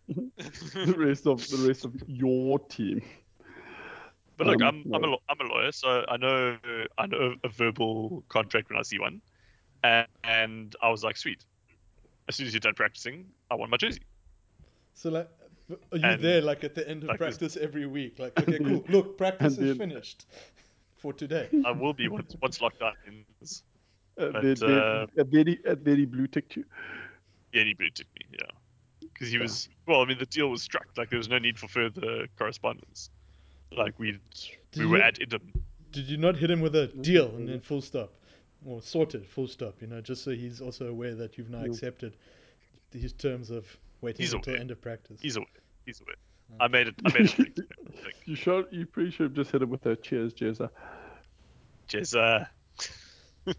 C: The rest of the rest of your team.
B: But look,
C: Um,
B: I'm I'm a, law- I'm a lawyer, so I know I know a verbal contract when I see one, and, and I was like, sweet. As soon as you're done practicing, I want my jersey.
A: So like, are you
B: And-
A: there like at the end of
B: like this-
A: practice every week? Like, okay, cool. Look, practice
C: And
A: is
C: then-
A: finished for today.
B: I will be once once locked up in
C: Uh,
B: But,
C: then,
B: uh,
C: then, then he, and then he blue ticked you.
B: Yeah, he booted me. Yeah, because he was well. I mean, the deal was struck. Like there was no need for further correspondence. Like we we
A: Did
B: were
A: you-
B: at Idem.
A: Did you not hit him with a deal and
C: Mm-hmm.
A: then full stop, or sorted full stop? You know, just so he's also aware that you've now
C: Yeah.
A: accepted his terms of waiting
B: He's
A: until
B: aware.
A: end of practice.
B: He's away. He's away.
A: Oh.
B: I made it. I made it. pretty clear, I think.
C: You sure? You pretty sure just hit him with a cheers, Jezza.
B: Jezza.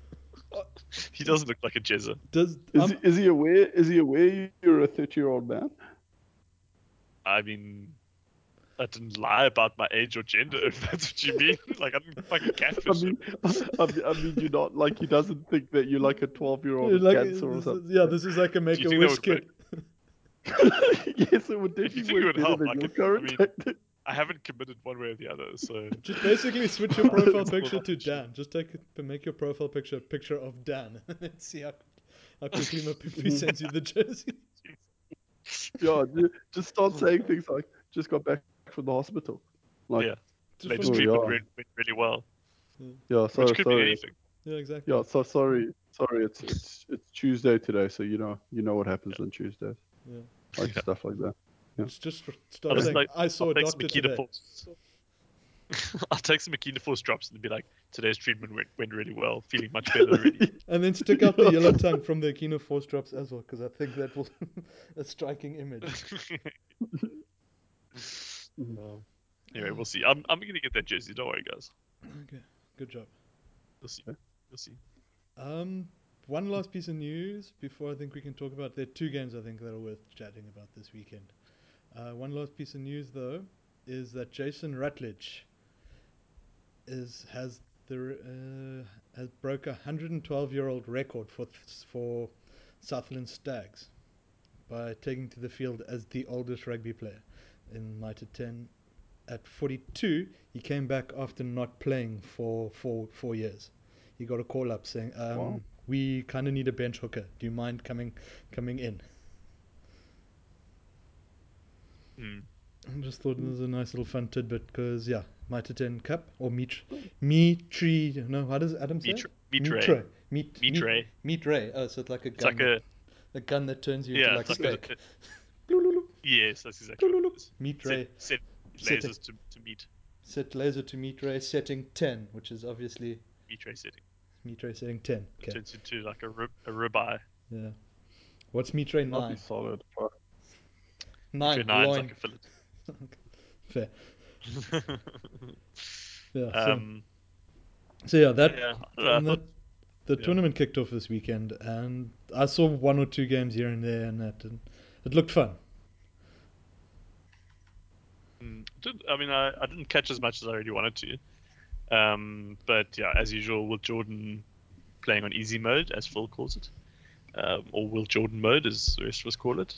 B: he doesn't look like a Jezza.
A: Does um,
B: Um,
C: Is,
A: I'm-
C: he- is he aware? Is he aware you're a thirty-year-old man?
B: I mean, I didn't lie about my age or gender. If that's what you mean, like I didn't fucking
C: I
B: catfish.
C: mean,
B: him.
C: I mean, I mean, you're not like he doesn't think that you're like a twelve-year-old
A: Yeah,
C: with
A: like,
C: cancer or
A: this
C: something.
A: is- yeah, this is like a make
B: think
A: a
B: that
A: wish
B: would work?
A: kid.
C: yes, it would
B: If you
C: definitely
B: think it
C: work
B: would
C: better
B: help,
C: than
B: I
C: your
B: could- I
C: current
B: mean-
C: tactic.
B: I haven't committed one way or the other. So
A: Just basically switch your profile
B: It's all
A: picture to
B: options.
A: Dan. Just take it, make your profile picture a picture of Dan and see how, how quickly
C: Mm.
A: Mapupi sends you the jersey.
C: Yeah, ju- just start
B: Hmm.
C: saying things like "just got back from the hospital." Like,
B: Yeah.
C: yeah,
A: Just
B: latest
A: from-
C: Oh,
B: treatment
C: yeah.
B: went, went really well,
C: so
B: which could
C: so-
B: be anything.
A: yeah, exactly.
C: yeah, so sorry, sorry, it's it's it's Tuesday today, so you know you know what happens on Tuesdays,
A: Yeah.
C: like stuff like that. yeah.
A: It's just
B: I
A: start
B: was
A: saying,
B: like,
A: I saw
B: I'll
A: a
B: take some
A: doctor
B: Makita
A: today.
B: Force. I'll take some Makita Force drops and be like, today's treatment went, went really well, feeling much better already.
A: And then stick out the yellow tongue from the Aquino Force drops as well, because I think that will a striking image.
C: Mm-hmm.
B: anyway, we'll see. I'm, I'm gonna get that jersey. Don't worry, guys.
A: Okay, good job.
B: We'll see.
C: Okay.
B: We'll see.
A: Um, one last piece of news before I think we can talk about. There are two games I think that are worth chatting about this weekend. Uh, one last piece of news though is that Jason Rutledge is has the uh, has broke a 112 year old record for for Southland Stags by taking to the field as the oldest rugby player in Mitre 10. At 42, he came back after not playing for four four years. He got a call up saying, um,
C: Wow.
A: "We kind of need a bench hooker. Do you mind coming coming in?"
B: Hmm.
A: I just thought it was a nice little fun tidbit because yeah, Mitre 10 Cup or Mitr Mitri. No, how does Adam say? it?
B: Mitre- Mitre.
A: Mit-
B: Mitre.
A: Mit- Mitre. Oh, so it's like a
B: It's
A: gun.
B: like a
A: a gun that turns you
B: yeah,
A: into like
B: it's like
A: steak.
B: a
A: Blululu.
B: yes, that's exactly. What it is.
A: Mitre.
B: Set,
A: Set
B: set lasers to, to meet
A: Set laser to Mitre setting 10, which is obviously
B: Mitre setting.
A: Mitre setting 10.
B: It
A: Okay.
B: turns into like a rib, a ribeye.
A: Yeah. What's Mitre
C: That'd be
A: 9?
C: solid. Fuck.
A: 9.
B: Mitre nine's
A: loin.
B: like a fillet.
A: Fair. Yeah. so-
B: um,
A: so, yeah, that
B: yeah, I don't know, I
A: and the,
B: thought-
A: the
B: yeah.
A: tournament kicked off this weekend, and I saw one or two games here and there, and that, and it looked fun.
B: Mm, Did, I mean, I, I didn't catch as much as I really wanted to. Um, but yeah, as usual, Will Jordan playing on easy mode, as Phil calls it, um, or Will Jordan mode, as the rest of us call it.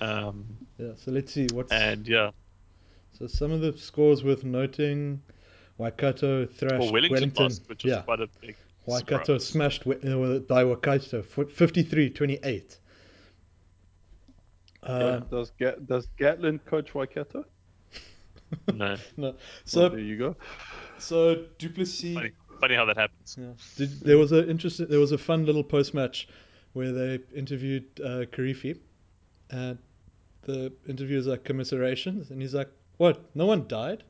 B: Um,
A: Yeah. So let's see what's
B: and yeah,
A: so some of the scores worth noting: Waikato thrashed
B: well, Wellington,
A: Wellington.
B: lost, which was
A: yeah.
B: quite a big
A: Waikato
B: surprise.
A: smashed we- uh, well, by Waikato 53-28. Uh,
C: does Gat, does Gatlin coach Waikato?
B: No,
A: no.
C: Well,
A: So
C: there you go.
A: so Duplessis
B: funny, funny how that happens.
A: Yeah. Did, there was a interesting. There was a fun little post match where they interviewed uh, Karifi, and the interviewer's like commiserations, and he's like, "What? No one died.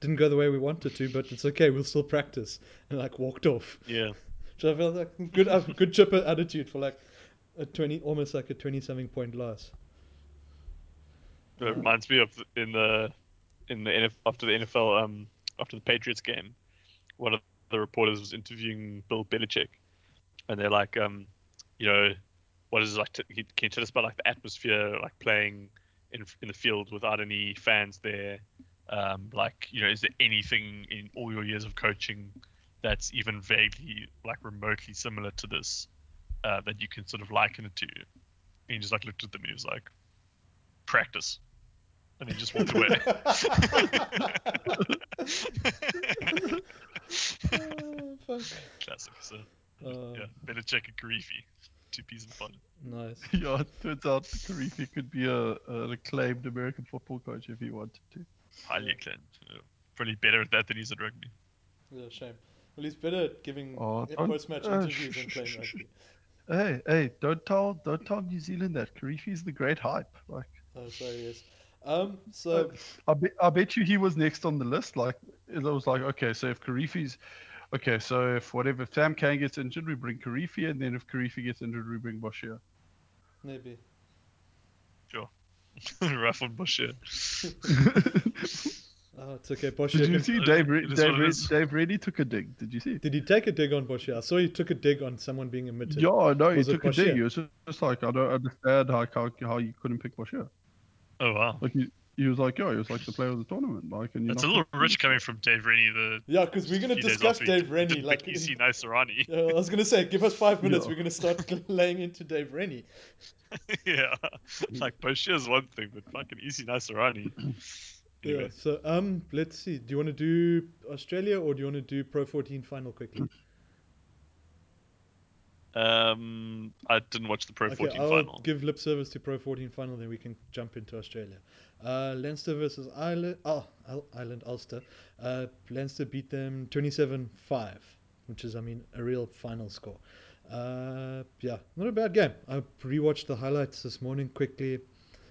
A: Didn't go the way we wanted to, but it's okay. We'll still practice." And like walked off.
B: Yeah,
A: So I felt like good, uh, good chipper attitude for like a twenty, almost like a twenty-something point loss.
B: it reminds me of the- in the in the NF, after the NFL um after the Patriots game, one of the reporters was interviewing Bill Belichick, and they're like, um, you know, what is it like? To, can you tell us about like the atmosphere, like playing in in the field without any fans there? Um, like, you know, is there anything in all your years of coaching that's even vaguely, like, remotely similar to this uh, that you can sort of liken it to? And he just like looked at them and he was like, practice. And he just walked away.
A: Oh, fuck.
B: Classic. So
A: Uh,
B: yeah, better check a Griefy. Two peas in a pod.
A: Nice.
C: Yeah, it turns out Karifi could be a, an acclaimed American football coach if he wanted to.
B: Highly acclaimed. Yeah. Probably better at that than he's at rugby.
A: Yeah, shame. Well, he's better at giving
C: Oh,
A: i-
C: don't-
A: post-match
C: uh,
A: interviews than
C: sh-
A: playing
C: sh- sh-
A: rugby.
C: Hey, hey, don't tell don't tell New Zealand that Karifi's the great hype. Like,
A: Oh, sorry, yes. Um, so
C: I bet I bet you he was next on the list. Like, it was like, okay, so if Karifi's, okay, so if whatever if Sam Kane gets injured, we bring Karifi, and then if Karifi gets injured, we bring Bashir.
A: maybe.
B: Rough on Bush, yeah.
A: Oh, it's okay. Boshi.
C: Did you
A: can-
C: see
B: it-
C: Dave? Re-
B: it is
C: Dave,
B: what it
C: Re-
B: is.
C: Dave Reddy took a dig. Did you see?
A: Did he take a dig on Boshi? I saw he took a dig on someone being admitted.
C: Yeah, no, he
A: Was it
C: took a
A: Bashir?
C: dig. He was just, just like, I don't understand how how, how you couldn't pick Bashir.
B: Oh, wow.
C: Like he, he was like, yo, he was like the player of the tournament. Like, and you're
B: That's a
C: not
B: little
C: gonna-
B: rich coming from Dave Rennie. The
A: Yeah, because we're gonna
B: few days
A: discuss
B: after he
A: Dave Rennie.
B: didn't pick
A: Like,
B: EC
A: in-
B: Nicerani.
A: Yeah, I was gonna say, give us five minutes.
C: Yeah.
A: We're gonna start laying into Dave Rennie.
B: yeah. Like, Bush is one thing, but fucking EC Nicerani. Anyway,
A: Yeah. So, um, let's see. Do you want to do Australia or do you want to do Pro 14 final quickly?
B: Um, I didn't watch the Pro
A: Okay,
B: 14
A: I'll
B: final.
A: give lip service to Pro 14 final, then we can jump into Australia. Uh, Leinster versus Ireland. Oh, Al- Ireland Ulster. Uh, Leinster beat them 27-5, which is, I mean, a real final score. Uh, yeah, not a bad game. I rewatched the highlights this morning quickly,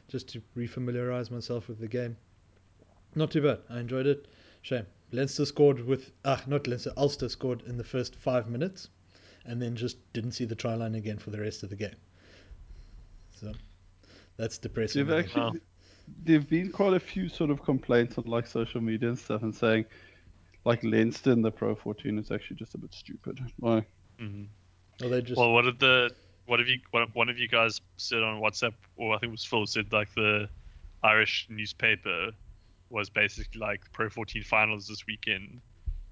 A: just to refamiliarize myself with the game. Not too bad. I enjoyed it. Shame. Leinster scored with ah, not Leinster. Ulster scored in the first five minutes, and then just didn't see the try line again for the rest of the game. So that's depressing.
C: They've
A: really.
C: actually, there've been quite a few sort of complaints on like social media and stuff, and saying, like Leinster in the Pro 14 is actually just a bit stupid. Like,
B: Mhm.
A: Or they just
B: Well, what did the what have you what one of you guys said on WhatsApp, or I think it was Phil said like the Irish newspaper was basically like Pro 14 finals this weekend,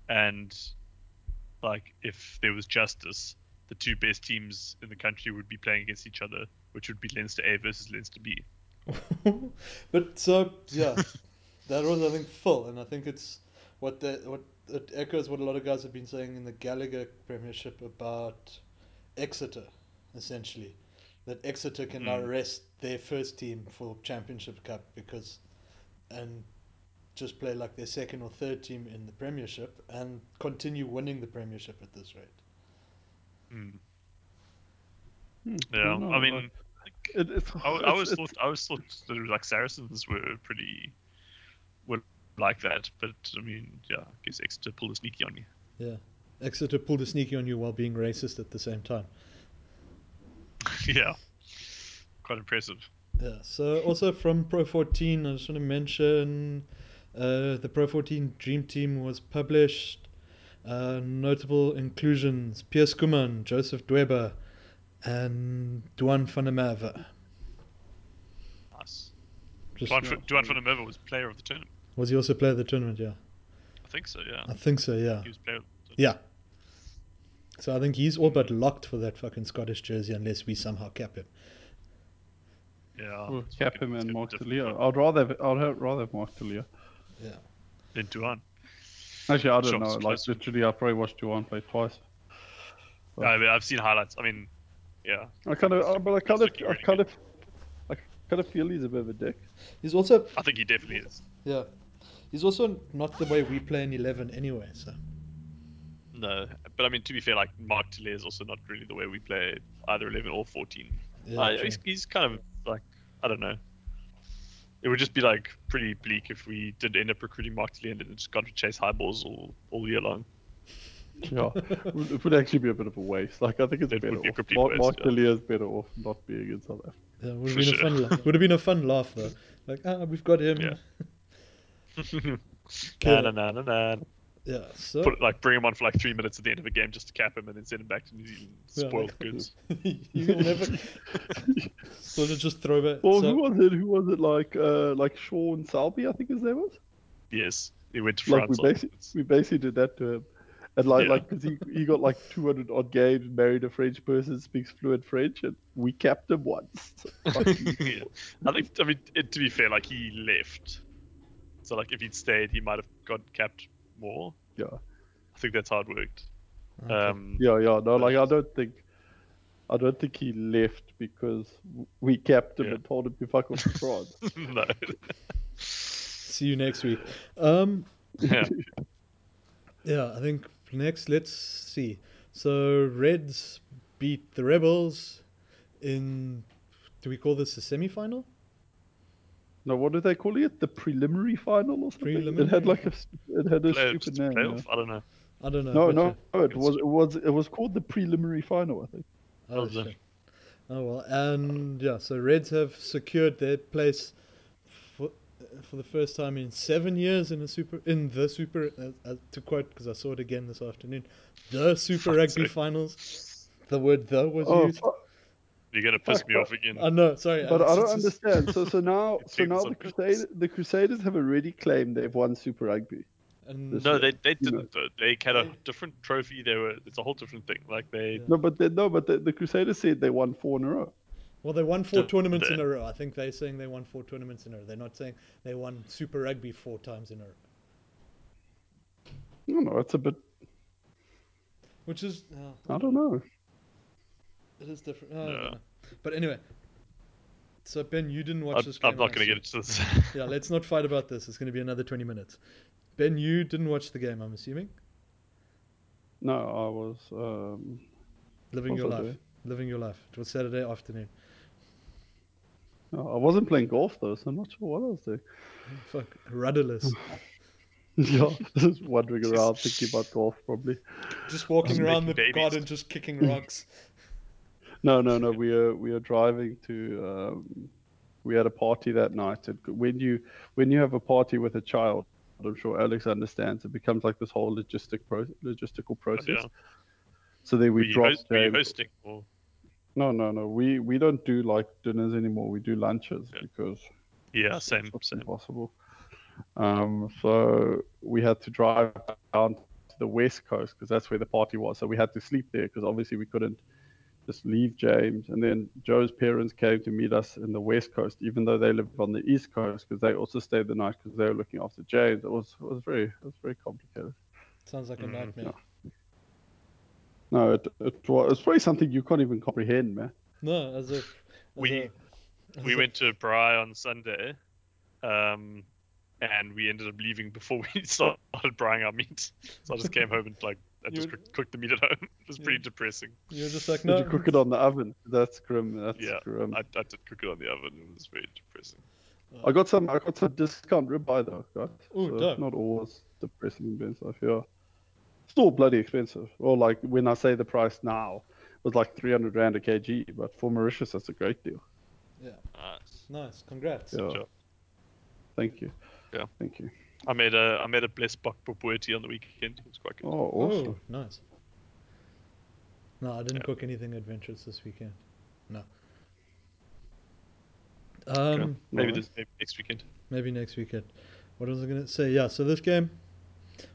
B: and like if there was justice, the two best teams in the country would be playing against each other, which would be Leinster A versus Leinster B.
A: but so yeah, that was I think full, and I think it's what the what it echoes what a lot of guys have been saying in the Gallagher Premiership about Exeter, essentially, that Exeter can now
B: Mm.
A: rest their first team for Championship Cup because, and just play like their second or third team in the Premiership and continue winning the Premiership at this rate.
B: Mm.
C: hmm,
B: Yeah,
C: don't know,
B: I mean.
C: like, it, it's,
B: I, I
C: it's-
B: always
C: it's-
B: thought I always thought that it was like Saracens were pretty were like that, but I mean, yeah, I guess Exeter pulled a sneaky on you.
A: Exeter pulled a sneaky on you while being racist at the same time.
B: yeah, quite impressive.
A: Yeah, so also from Pro 14, I just want to mention uh, the Pro 14 Dream Team was published. Uh, notable inclusions Piers Kuman, Joseph Dweber, and Duan Fanamava.
B: Nice.
A: Just,
B: Duan
C: yeah,
B: Duan
C: so-
B: van der Merwe was player of the tournament.
A: was he also player of the tournament? Yeah.
B: I think so. Yeah,
A: I think so, yeah.
B: he was player. Of the
A: Yeah. So I think he's all but locked for that fucking Scottish jersey unless we somehow cap him.
B: Yeah.
C: Well,
B: it's
C: Cap
B: fucking-
C: him
B: it's
C: and
B: gonna
C: Mark
B: be
C: Talia.
B: difficult.
C: I'd rather have, I'd have, rather have Mark Talia.
A: Yeah.
B: Then Duan.
C: Actually, I don't
B: Shots
C: know. Like
B: close.
C: literally, I probably watched Juwan play twice. Well.
B: I mean, I've seen highlights. I mean, yeah,
C: I kind of, but I kind of,
B: looking
C: I
B: really
C: kind
B: good.
C: of, I kind of feel he's a bit of a dick.
A: He's also
B: I think he definitely is.
A: yeah. He's also not the way we play in eleven anyway, so
B: No, but I mean, to be fair, like Mark Talia is also not really the way we play either 11 or 14.
A: yeah,
B: Uh,
A: true.
B: he's, he's kind of like I don't know. It would just be like pretty bleak if we did end up recruiting Mark Tilly and then just got to chase highballs all, all year long.
C: Yeah, it would- it would actually be a bit of a waste. Like I think it's
B: It
C: better
B: would be a
C: off.
B: complete
C: Mark,
B: waste,
C: Mark
B: yeah.
C: Delia is better off not being in South Africa.
A: Yeah, would have
B: For
A: been a
B: sure.
A: fun laugh. Would have been a fun laugh though. Like, ah, we've got him.
B: Yeah.
A: Kill
B: na,
A: it.
B: na, na, na, na.
A: Yeah. So
B: Put like bring him on for like three minutes at the end of a game just to cap him, and then send him back to New Zealand.
A: Yeah,
B: Spoiled
A: like-
B: goods.
A: you'll never sort of just throw it.
C: Well, who
A: so,
C: was it? Who was it? Like, uh, like Sean Salby, I think his name was.
B: Yes, he went to
C: Like,
B: France.
C: we basically,
B: afterwards.
C: we basically did that to him, and like,
B: Yeah.
C: like, because he, he got like 200 odd games, married a French person, speaks fluent French, and we capped him once.
B: yeah. I think. I mean, it, to be fair, like he left, so like if he'd stayed, he might have got capped more.
C: Yeah.
B: I think that's how it worked.
A: Okay.
B: Um,
C: Yeah, yeah, no, like I don't think, I don't think he left because w- we capped him
B: Yeah.
C: and told him to fuck off to France.
B: no.
A: see you next week. Um,
B: yeah.
A: yeah, I think next let's see. So Reds beat the Rebels in. Do we call this a semi-final?
C: No, what do they call it? The preliminary final or something? It
A: Preliminary.
C: had like a, s- it had a
B: Play-
C: stupid
B: just
C: name. yeah.
B: playoff? I don't know.
A: I don't know.
C: No,
A: but,
C: no, no, it
B: It's-
C: was it was it was called the preliminary final, I think.
A: uh, Oh,
B: Well done.
A: shit. Oh, well, and yeah, so Reds have secured their place for for the first time in seven years in the super in the super uh, uh, to quote because I saw it again this afternoon, the Super
B: Fuck's
A: Rugby
B: sake.
A: finals. The word "the" was
C: Oh,
A: used.
C: fu-
B: You're gonna piss me off again.
A: I know. Sorry,
C: but I
A: Alex,
C: don't
A: it's just-
C: understand. So so now so
B: Dude,
C: now
B: it's
C: the
B: on purpose.
C: Crusaders the Crusaders have already claimed they've won Super Rugby.
A: and-
C: This-
B: No, they they
C: You know.
B: didn't. Though. They had a different trophy. They were. It's a whole different thing. Like they.
A: Yeah.
C: No, but they, no, but the, the Crusaders said they won four in a row.
A: well, they won four
B: the-
A: tournaments in
B: the-
A: a row. I think they're saying they won four tournaments in a row. They're not saying they won Super Rugby four times in a row,
C: No, no, it's a bit.
A: which is uh,
C: I don't know.
A: it is different. oh, I don't
B: Yeah.
A: know. But anyway, so Ben, you didn't watch
B: I,
A: this game.
B: I'm not
A: I
B: gonna
A: assume.
B: get into this.
A: yeah, let's not fight about this. It's going to be another 20 minutes. Ben, you didn't watch the game, I'm assuming.
C: No, I was. Um,
A: Living your
C: Of course I
A: life. Living your life. It was Saturday afternoon.
C: no, I wasn't playing golf though, so I'm not sure what I was doing.
A: Fuck. Rudderless.
C: yeah, just wandering around thinking about golf probably.
A: Just walking
B: Just
A: around the
B: making babies.
A: garden, just kicking rocks.
C: No, no, no. We are we are driving to. Um, we had a party that night, and when you when you have a party with a child, I'm sure Alex understands. It becomes like this whole logistic pro- logistical process.
B: Oh, yeah.
C: So then
B: Were
C: we
B: you, host,
C: dropped.
B: were you
C: James-
B: hosting? Or
C: No, no, no. We we don't do like dinners anymore. We do lunches
B: Yeah.
C: because
B: yeah, same,
C: it's
B: same.
C: impossible. Um, so we had to drive down to the west coast because that's where the party was. So we had to sleep there because obviously we couldn't just leave James. And then Joe's parents came to meet us in the west coast, even though they live on the east coast because they also stayed the night because they were looking after James. It was it was very it was very complicated.
A: Sounds like a
B: Mm,
A: nightmare.
C: No, it it was it's probably something you can't even comprehend, man.
A: No, as if. as
B: We-
A: a- as
B: we
A: a-
B: went to Bry on Sunday, um, and we ended up leaving before we started brying our meat. So I just came home and like I
A: You
B: just
A: were-
B: cooked- cooked the meat at home. It was
A: Yeah.
B: pretty depressing.
A: You were just like,
C: Did
A: no.
C: you cook it on the oven? That's grim. That's
B: Yeah,
C: grim.
B: I,
C: I,
B: I did cook it on the oven. It was very depressing.
C: got some. I got some discount ribeye though, guys.
A: Ooh,
C: so
A: dope.
C: Not always depressing and bad stuff. Yeah, still bloody expensive. Or like when I say the price now, it was like 300 rand a kg. But for Mauritius, that's a great deal.
B: Uh,
A: Nice. Congrats.
C: Yeah.
B: Sure.
C: Thank you.
B: Yeah.
C: Thank you.
B: I made a I made a blessed buck boerty on the weekend. It was quite
C: Oh,
B: good.
C: awesome.
A: Oh, nice. No, I didn't
B: Yeah.
A: cook anything adventurous this weekend. No. Um.
B: Maybe
C: nice.
B: this maybe next weekend.
A: Maybe next weekend. What was I going to say? Yeah, so this game,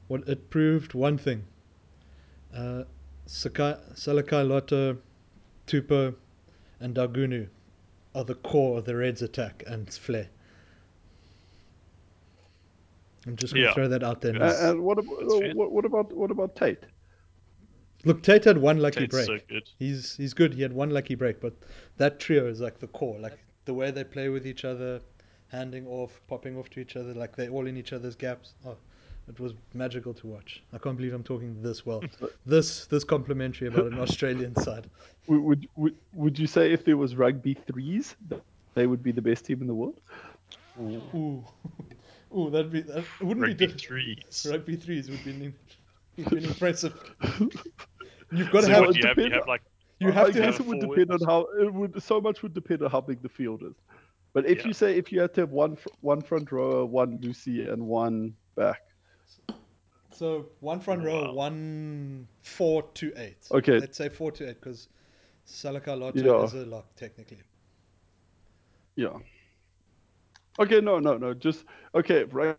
A: what it proved one thing. Uh, Sakai, Salakai Lotto, Tupo, and Dagunu are the core of the Reds' attack and flair. I'm just going to
B: Yeah.
A: throw that out there
B: Yeah.
A: now.
C: A- and what about
B: That's fair.
C: what, what about what about Tate?
A: Look, Tate had one lucky
B: Tastes
A: break.
B: so good.
A: He's he's good. He had one lucky break, but that trio is like the core. Like the way they play with each other, handing off, popping off to each other. Like they're all in each other's gaps. Oh, it was magical to watch. I can't believe I'm talking this well. this this complimentary about an Australian side.
C: Would, would would would you say if there was rugby threes, that they would be the best team in the world?
A: Ooh, ooh, that'd be that it wouldn't
B: Rugby
A: be different.
B: threes.
A: Rugby threes would be an, would be an impressive. You've got to
B: So
A: have
B: what, you, have, you
C: depends-
B: have like
A: you have
C: I
A: to
C: guess
B: have
C: it would
B: four
C: depend on how it would so much would depend on how big the field is. But if
B: Yeah.
C: you say if you had to have one fr- one front rower, one Lucy, and one back,
A: So one front row,
B: Wow.
A: one four to eight.
C: Okay.
A: Let's say four to eight because Salaka Lotto
C: Yeah.
A: is a lock technically.
C: Yeah. Okay, no, no, no. Just okay. rug-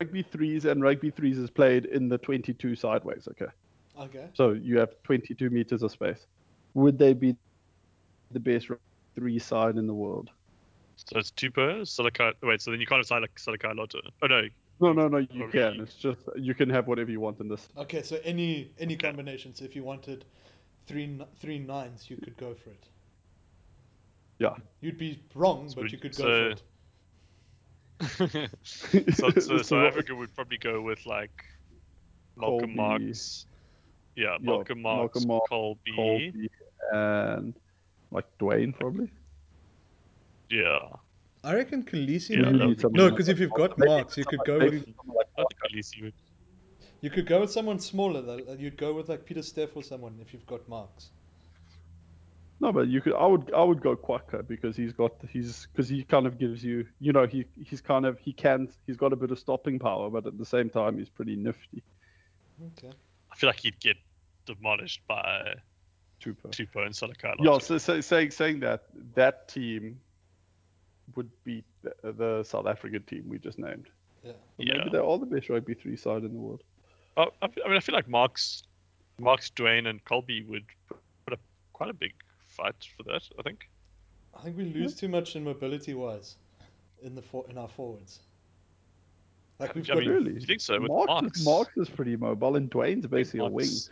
C: Rugby threes and rugby threes is played in the 22 sideways. Okay,
A: Okay.
C: so you have 22 meters of space. Would they be the best rugby three side in the world?
B: So it's two per Silica. Wait, so then you can't have Silica, Silica Lotto. Oh no,
C: No, no, no. You
B: Okay.
C: can. It's just you can have whatever you want in this.
A: Okay. So any any
B: Okay.
A: combinations. If you wanted three n- three nines, you could go for it.
C: Yeah.
A: You'd be wrong,
B: So
A: but
B: would-
A: you could go
B: so-
A: for it.
B: so,
C: This
B: so
C: is
B: South
C: what-
B: Africa would probably go with like Malcolm
C: Colby.
B: Marks. Yeah, Malcolm Marks,
C: Malcolm Marx,
B: Colby.
C: Colby
B: Mm-hmm.
C: and like Dwayne probably.
B: Yeah,
A: I reckon Khaleesi.
B: Yeah,
A: maybe.
B: no.
C: Maybe someone
A: No,
C: like-
A: because if you've got
C: maybe
A: marks, you could go
C: maybe
A: with
C: someone like
B: I think at least you would.
A: you could go with someone smaller. Though. You'd go with like Peter Steff or someone if you've got marks.
C: No, but you could. I would. I would go Quacker because he's got. He's because he kind of gives you. You know, he he's kind of he can. He's got a bit of stopping power, but at the same time, he's pretty nifty.
A: Okay.
B: I feel like he'd get demolished by
C: Super.
B: Tupo and Silica Lotto.
C: Yeah. So, so saying saying that that team would beat the, the South African team we just named.
A: Yeah.
C: So
B: Yeah.
C: Maybe they are the best rugby three side in the world.
B: Oh, I, f- I mean, I feel like Marks, Marks, Dwayne, and Colby would put up quite a big fight for that. I think.
A: I think we lose too much in mobility wise in the for, in our forwards. Like we've
B: I
A: got
B: mean,
C: really?
B: you think so? With
C: Marks,
B: Marks,
C: Is, Marks is pretty mobile, and Dwayne's basically a wing.
B: Marks,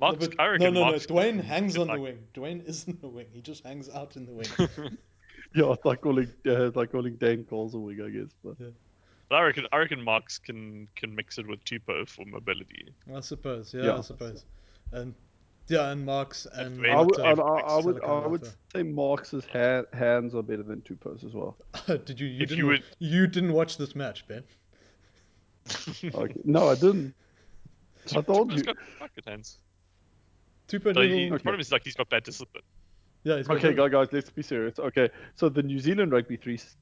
A: No,
B: Marks,
A: but-
B: I
A: no,
B: reckon
A: no,
B: Marks
A: no. Dwayne
B: could-
A: hangs
B: could,
A: on
B: like,
A: the wing. Dwayne isn't the wing. He just hangs out in the wing.
C: Yeah, it's like calling uh, it's like calling Dane Cole's a wing, I guess. But
B: But I reckon I reckon Marks can can mix it with Tupo for mobility.
A: I suppose. Yeah,
C: Yeah.
A: I suppose. And yeah, and Marks and
B: Dwayne
C: I would,
B: Lotto.
C: I,
A: Lotto.
C: I, I would,
A: Silicon
C: I would
A: Lotto.
C: say Marx's ha- hands are better than Tupou's as well.
A: uh, Did you? You
B: If
A: didn't.
B: you
A: You,
B: would-
A: didn't watch this match, Ben.
C: Okay. No, I didn't. I told
B: He's
C: you.
B: got bucket hands.
A: Tupo
B: But he,
A: Nivel-
B: The problem is like he's got bad discipline.
A: Yeah, he's got
C: Okay,
A: that-
C: guys, guys, let's be serious. Okay, so the New Zealand rugby three s-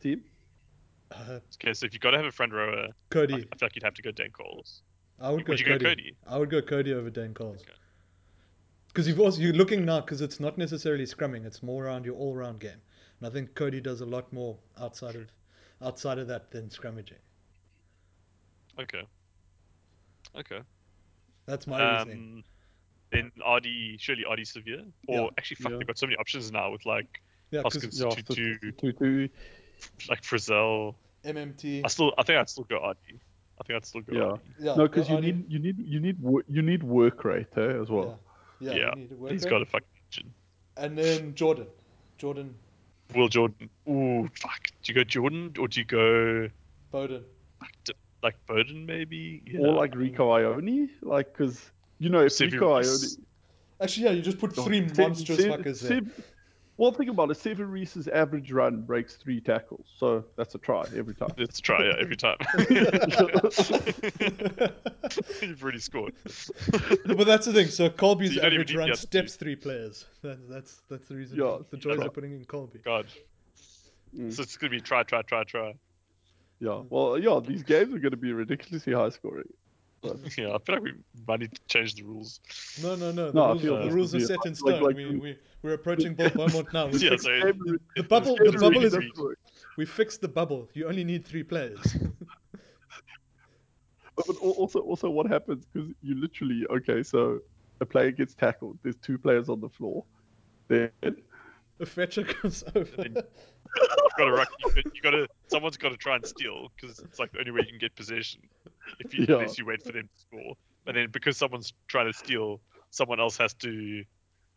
C: team.
A: Uh,
B: Okay, so if you've got to have a front rower, I, I
A: Cody.
B: feel like you'd have to go Dan Coles.
A: I would go
B: Would you
A: Cody.
B: go Cody?
A: I would go Cody over Dan Coles.
B: Okay.
A: Because you've also you're looking now because it's not necessarily scrumming; it's more around your all-round game. And I think Cody does a lot more outside of outside of that than scrummaging.
B: Okay. Okay.
A: That's my reasoning.
B: Um, then RD, surely RD Severe? Or
A: Yeah.
B: actually, fuck,
C: Yeah.
B: they've got so many options now with like
A: Yeah, because
B: Hoskins,
C: Yeah,
B: Tutu,
C: two, two.
B: like Frizzell.
A: MMT.
B: I still, I think I'd still go RD. I think I'd still go
C: Yeah.
B: RD.
A: Yeah,
C: No, because you
A: Arnie-
C: need, you need, you need, wo- you need work rate eh, as well.
A: Yeah,
B: Yeah,
A: you need to work
B: He's
A: it.
B: got a fucking engine.
A: And then Jordan, Jordan
B: Will Jordan. Ooh, fuck. Do you go Jordan or do you go
A: Bowden.
B: like Bowden maybe? Yeah.
C: Or like Rico Ione, like because you know if
B: Sevi
C: Rico Ione,
B: Reece.
A: Actually, yeah, you just put three
C: Se-
A: monstrous
C: Se-
A: fuckers there.
C: Se- well, think about it. Seven Reese's average run breaks three tackles, so that's a try every time.
B: Let's try it every time. You've already scored.
A: but that's the thing. So Colby's
B: So you don't even
A: average
B: need the
A: run
B: other two.
A: steps three players. That, that's that's the reason.
C: Yeah,
A: the Joys
B: right.
A: are putting in Colby.
B: God.
C: Mm.
B: So it's going to be try, try, try, try.
C: Yeah, well, yeah, these games are going to be ridiculously high scoring.
B: Yeah, I feel like we might need to change the rules.
A: No, no, no. The
C: No, I
A: rules,
C: feel
A: are, the
C: this
A: rules are
C: would be-
A: set in
C: like-
A: stone.
C: like-
A: we, we, we're approaching Bob Beaumont now. We
B: Yeah,
A: fixed,
B: so
C: Every-
A: the bubble, the
C: every
A: bubble
B: really
A: is,
B: good.
C: does work.
A: we fixed the bubble. You only need three players.
C: But al- also, also, what happens because you literally okay, so a player gets tackled. There's two players on the floor. Then
A: A fetcher comes over.
B: And you've got to ruck, you, you got to, someone's got to try and steal because it's like the only way you can get possession if you,
C: Yeah.
B: unless you wait for them to score. And then because someone's trying to steal, someone else has to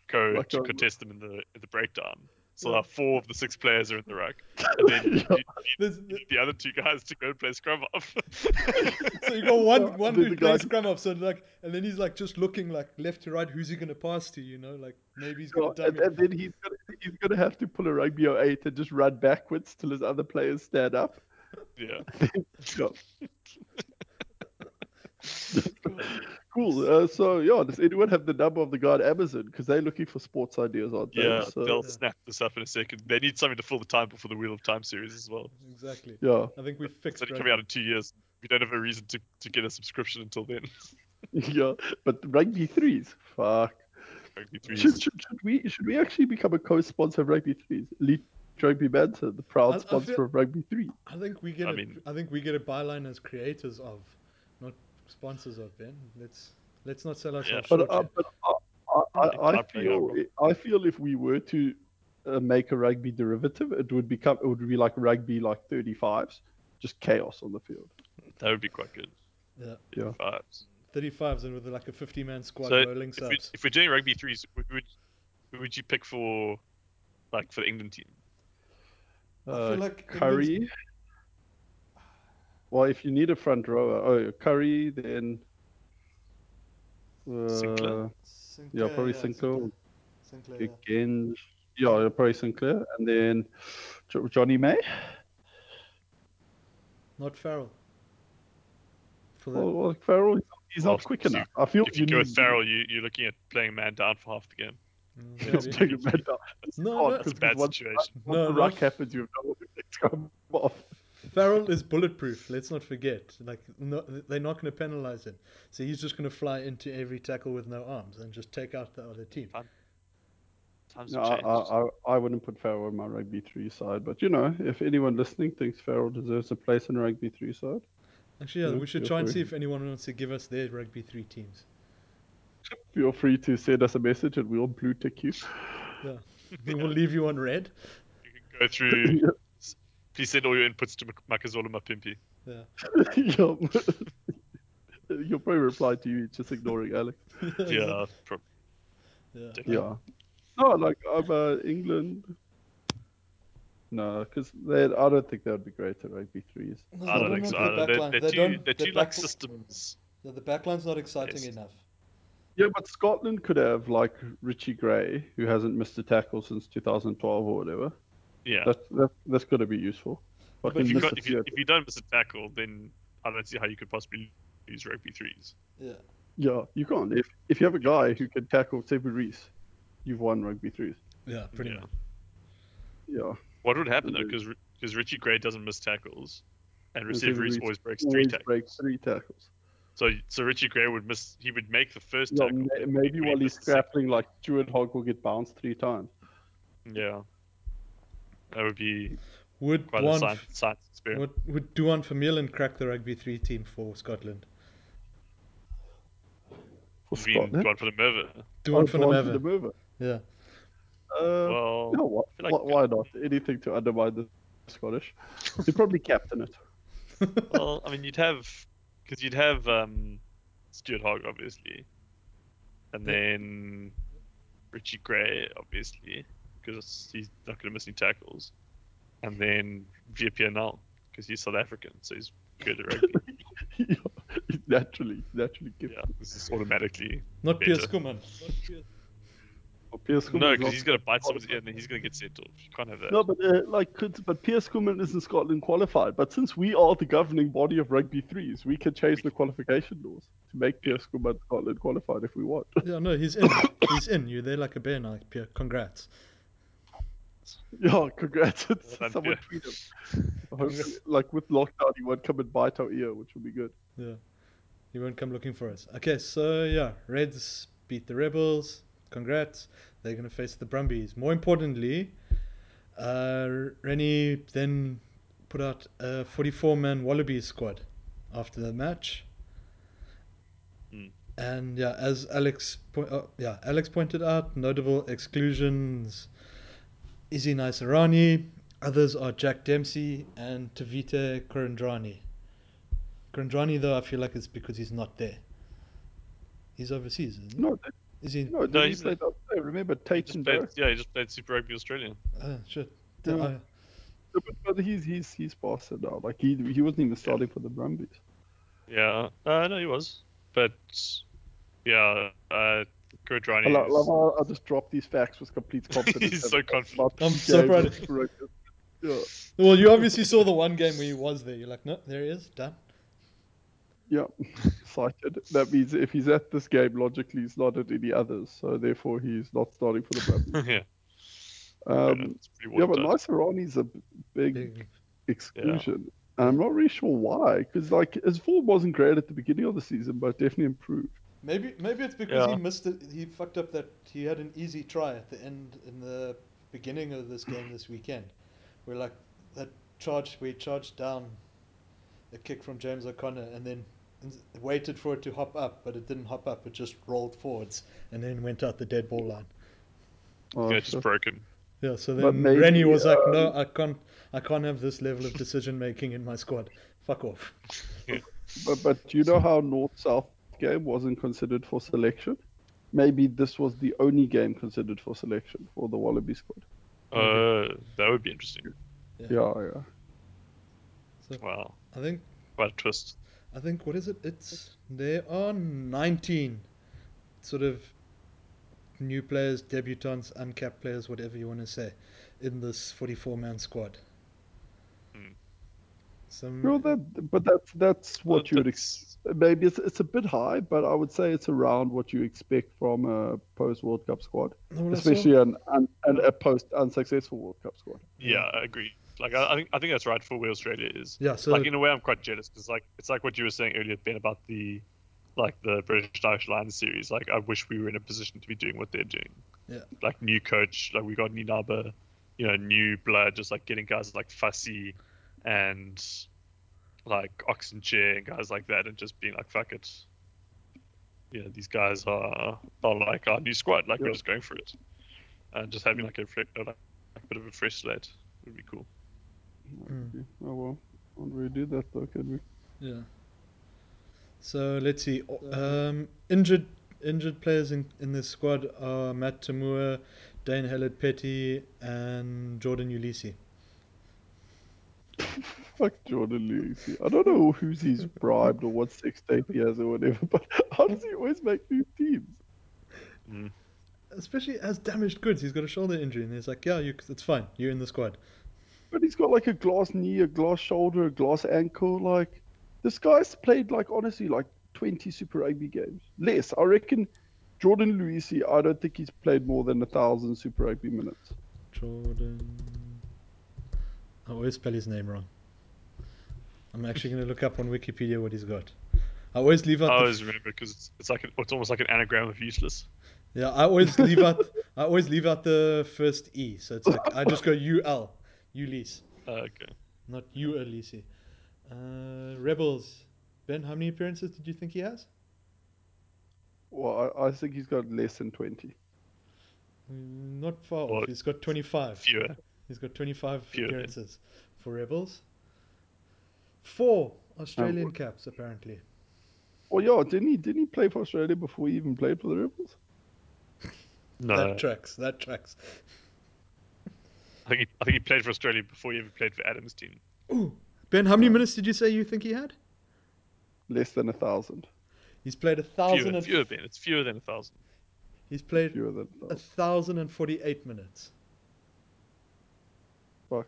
B: go
C: Like,
B: to
C: um,
B: contest them in the in the breakdown. So
A: Yeah.
B: now four of the six players are in the ruck, and then you,
C: Yeah.
A: There's,
B: you need the other two guys to go and play scrum off.
A: so you got one one
C: There's
A: dude
C: a guy-
A: playing scrum up, so like, and then he's like just looking like left to right. Who's he gonna pass to? You know, like maybe he's gonna
C: and,
A: dummy.
C: and then he's gonna, he's gonna have to pull a rugby 08 and just run backwards till his other players stand up.
B: yeah.
C: Yeah. cool. Uh, so yeah, does anyone have the number of the guy at Amazon? Because they're looking for sports ideas, aren't they?
B: Yeah,
C: So-
B: they'll
A: Yeah.
B: snap this up in a second. They need something to fill the time before the Wheel of Time series as well.
A: Exactly.
C: yeah.
A: I think we
B: It's
A: fixed.
B: only
A: rugby.
B: coming out in two years. we don't have a reason to, to get a subscription until then.
C: yeah, but rugby threes, fuck.
B: Rugby
C: Should,
B: threes.
C: should, should we should we actually become a co-sponsor of rugby threes? Elite Rugby Banter, the proud
A: I- I
C: sponsor
A: feel-
C: of rugby three.
A: I think we get.
B: I
A: a-
B: mean-
A: I think we get a byline as creators of, not sponsors of. Ben, let's let's not sell ourselves
B: Yeah.
C: But,
A: short.
C: uh,
A: here.
C: but I, I, I, I
B: Exactly,
C: feel I feel if we were to uh, make a rugby derivative, it would become it would be like rugby like thirty fives, just chaos on the field.
B: That would be quite good.
C: uh,
A: Yeah.
C: Yeah.
B: Vibes.
A: 35s and with like a 50 man squad
B: So,
A: rolling
B: If, we,
A: subs.
B: if we're doing rugby threes, who would who would you pick for, like for the England team?
A: I
C: Uh,
A: feel like
C: Curry.
A: England's-
C: Well, if you need a front rower, oh Curry, then.
B: Sinclair?
C: Uh,
A: Sinclair,
C: yeah, probably Sinclair.
A: Sinclair, yeah.
C: Again, yeah, yeah, probably Sinclair, and then Jo- Johnny May.
A: Not Farrell. For the,
C: Well, well Farrell, he's not- he's
B: Well,
C: not quick
B: if you-
C: enough. I feel
B: If you go with
C: need-
B: Farrell, you, you're looking at playing man down for half the game.
A: Mm,
C: It's
A: maybe.
C: taking back down.
A: no, no,
C: hard
B: That's a
C: Because
B: bad
C: once-
B: situation.
C: Once
A: No,
C: the
A: no.
C: ruck happens, you know it's come off.
A: Farrell is bulletproof. Let's not forget. Like, no, they're not going to penalize him, so he's just going to fly into every tackle with no arms and just take out the other team.
B: Times
C: No,
B: have
C: I,
B: changed.
C: I, I- I wouldn't put Farrell on my rugby three side, but you know, if anyone listening thinks Farrell deserves a place in rugby three side,
A: Actually, yeah,
C: Yeah,
A: we should
C: feel
A: try and
C: free.
A: see if anyone wants to give us their rugby three teams.
C: feel free to send us a message and we'll blue tick you.
A: We will leave you on red.
B: You can go through. Please send all your inputs to Mak- Makazola Mapimpi.
C: You'll you'll probably reply to you just ignoring Alex.
B: Yeah, prob-
A: yeah.
C: Yeah. No, like I'm uh, England. No, because I don't think that would be great at rugby threes.
A: No,
B: I don't
A: they
B: think so.
A: want the
B: I don't-
A: back
B: They're,
A: line.
B: they're
A: They
B: too,
A: don't-
B: they're
A: the
B: too like
A: back-
B: systems.
A: The the back line's not exciting
B: Yes.
A: enough.
C: Yeah, but Scotland could have like Richie Gray, who hasn't missed a tackle since 2012 or whatever.
B: Yeah.
C: That, that that's going to be useful.
A: But
C: Fucking
B: If you,
C: miss
B: can't,
C: a
B: if, you,
C: few-
B: if you don't miss a tackle, then I don't see how you could possibly lose rugby threes.
A: Yeah.
C: yeah, you can't. If if you have a guy who can tackle Sebu Reese, you've won rugby threes.
A: Yeah, pretty
B: Yeah.
A: much.
C: Yeah,
B: What would happen though,
C: Mhm.
B: because because Richie Gray doesn't miss tackles, and
C: And
B: receiver
C: Reece
B: Reece always breaks three
C: always
B: tackles.
C: breaks three tackles.
B: So so Richie Gray would miss. He would make the first
C: Yeah,
B: tackle.
C: ma-
B: but
C: maybe
B: he
C: while he's
B: missed the second.
C: grappling, like Stuart Hogg will get bounced three times.
B: Yeah. That would be
A: Would
B: quite a
A: one
B: science, science experiment.
A: Would would Duan Vermeulen crack the rugby three team for Scotland?
C: For
B: You mean
C: Scotland,
B: John for the Merva.
A: Duan
C: Oh, John
A: Vermeulen.
C: Vandermeer.
A: Yeah.
C: Uh,
B: Well,
C: No, why,
B: feel like-
C: why, why not? Anything to undermine the Scottish. He'd probably captain it.
B: well, I mean, you'd have because you'd have um, Stuart Hogg obviously, and
A: Yeah.
B: then Richie Gray obviously because he's not going to miss any tackles, and then Vipia Null because he's South African, so he's good at rugby.
C: Yeah, he's naturally, he's naturally gifted.
B: yeah, this is automatically.
A: Not
B: Better.
A: Piers Kumman.
C: Well, Piers Koeman
B: No,
C: is
B: because
C: not-
B: he's going to bite someone's ear and then he's going to get sent off. You can't have that.
C: No, but uh, like, could, but Piers Koeman isn't Scotland qualified. But since we are the governing body of rugby threes, we can change the qualification laws to make Piers Koeman Scotland qualified if we want.
A: Yeah, no, he's in. He's in. You're there like a bear now, Pierre. Congrats.
C: yeah, congrats!
B: done,
C: Someone
B: Piers.
C: tweet him. Hopefully, like with lockdown, he won't come and bite our ear, which would be good.
A: You won't come looking for us. Okay, so yeah, Reds beat the Rebels. Congrats. They're going to face the Brumbies. More importantly, uh, Rennie then put out a 44 man Wallabies squad after the match.
B: Mm.
A: And yeah, as Alex po- uh, yeah Alex pointed out, notable exclusions: Izzy Naisarani. Others are Jack Dempsey and Tavita Kurandrani. Grandrani, though, I feel like it's because he's not there. He's overseas, isn't he?
C: No, they-
A: Is he?
C: no,
B: No,
C: no.
B: he's-
C: He's, remember
B: He
C: Tate
B: just
C: and
B: played,
C: Barrett?
B: yeah, he just played Super Rugby Australia.
A: Oh, shit.
C: No.
A: Oh,
C: No, but, but he's he's he's past it now. Like he he wasn't even starting for the Brumbies.
B: Yeah, uh, no, he was. But yeah, uh, Kudrani.
C: I love, love how I just drop these facts with complete confidence.
B: He's so
C: and
B: confident.
C: not
A: I'm so proud of-
C: scared of it. Yeah,
A: well, you obviously saw the one game where he was there. You're like, no, there he is. Done.
C: yeah, excited. That means if he's at this game, logically he's not at any others. So therefore, he's not starting for the Brumbies.
B: yeah,
C: Um,
B: it's pretty
C: yeah, but
B: watered down.
C: Nicerani's a b- big
A: Big-
C: exclusion. And I'm not really sure why, because like his form wasn't great at the beginning of the season, but definitely improved.
A: Maybe maybe it's because
B: Yeah.
A: he missed it. He fucked up that he had an easy try at the end in the beginning of this game this weekend, where like that charge we charged down a kick from James O'Connor and then ins- waited for it to hop up, but it didn't hop up. It just rolled forwards and then went out the dead ball line.
C: Oh,
B: yeah, it's just
C: so-
B: broken.
A: Yeah. So
C: But
A: then Rennie
C: maybe, um,
A: was like, "No, I can't. I can't have this level of decision making in my squad. Fuck off."
C: but, but do you know how North South game wasn't considered for selection? Maybe this was the only game considered for selection for the Wallaby squad.
B: Uh, that would be interesting.
C: Yeah, yeah.
B: Wow,
A: I think
B: what a twist.
A: I think what is it? It's there are 19 sort of new players, debutants, uncapped players, whatever you want to say, in this 44-man squad.
B: Hmm.
A: Some
C: Well, that, but that's that's what
B: But
C: you would expect.
B: that's-
C: Maybe it's, it's a bit high, but I would say it's around what you expect from a post World Cup squad,
A: No, well, I saw-
C: especially an, an, an a post unsuccessful World Cup squad.
B: Yeah, I agree. Like I, I think I think that's right for where Australia is.
A: yeah, so
B: like in a way, I'm quite jealous because like it's like what you were saying earlier, Ben, about the like the British and Irish Lions series. Like I wish we were in a position to be doing what they're doing.
A: Yeah.
B: Like new coach, like we got Ninaba, you know, new blood, just like getting guys like Fussy and like Oxenchair and guys like that, and just being like, fuck it. You know, these guys are are like our new squad. Like
C: Yeah.
B: we're just going for it, and just having like a, fre- like a bit of a fresh slate would be cool.
A: Mm.
C: Okay. Oh well, can't really do that though, can we?
A: yeah. So let's see. o- Um, injured injured players in, in this squad are Matt Tamua, Dane Hallett Petty, and Jordan Ulysses.
C: Fuck Jordan Lucy. I don't know who's he's bribed or what sex tape he has or whatever, but how does he always make new teams?
A: Especially as damaged goods, he's got a shoulder injury, and he's like, "Yeah, you, it's fine. You're in the squad."
C: But he's got like a glass knee, a glass shoulder, a glass ankle. Like, this guy's played like honestly like 20 Super Rugby games. Less, I reckon. Jordan Luisi, I don't think he's played more than a thousand Super Rugby minutes.
A: Jordan. I always spell his name wrong. I'm actually going to look up on Wikipedia what he's got. I always leave out.
B: I
A: the-
B: always remember because it's, it's like an, it's almost like an anagram of useless.
A: yeah, I always leave out. I always leave out the first e, so it's like I just go U L, Ulysses,
B: Uh, okay.
A: not U Ulysses. Uh, Rebels. Ben, how many appearances did you think he has?
C: Well, I, I think he's got less than 20.
A: Mm, Not far
B: Well,
A: off. He's got 25.
B: Fewer.
A: He's got 25
B: Fewer than-
A: appearances for Rebels. Four Australian caps apparently.
C: Well, yeah, didn't he? Didn't he play for Australia before he even played for the Rebels?
B: No.
A: That tracks. That tracks.
B: Uh, I think he, I think he played for Australia before he ever played for Adam's team.
A: Ooh, Ben, how many
C: Yeah.
A: minutes did you say you think he had?
C: Less than a thousand.
A: He's played a thousand.
B: Fewer,
A: And,
B: fewer, Ben. It's fewer than a thousand.
A: he's played
C: Fewer than a
A: a
C: thousand.
A: thousand and forty-eight minutes.
C: Fuck.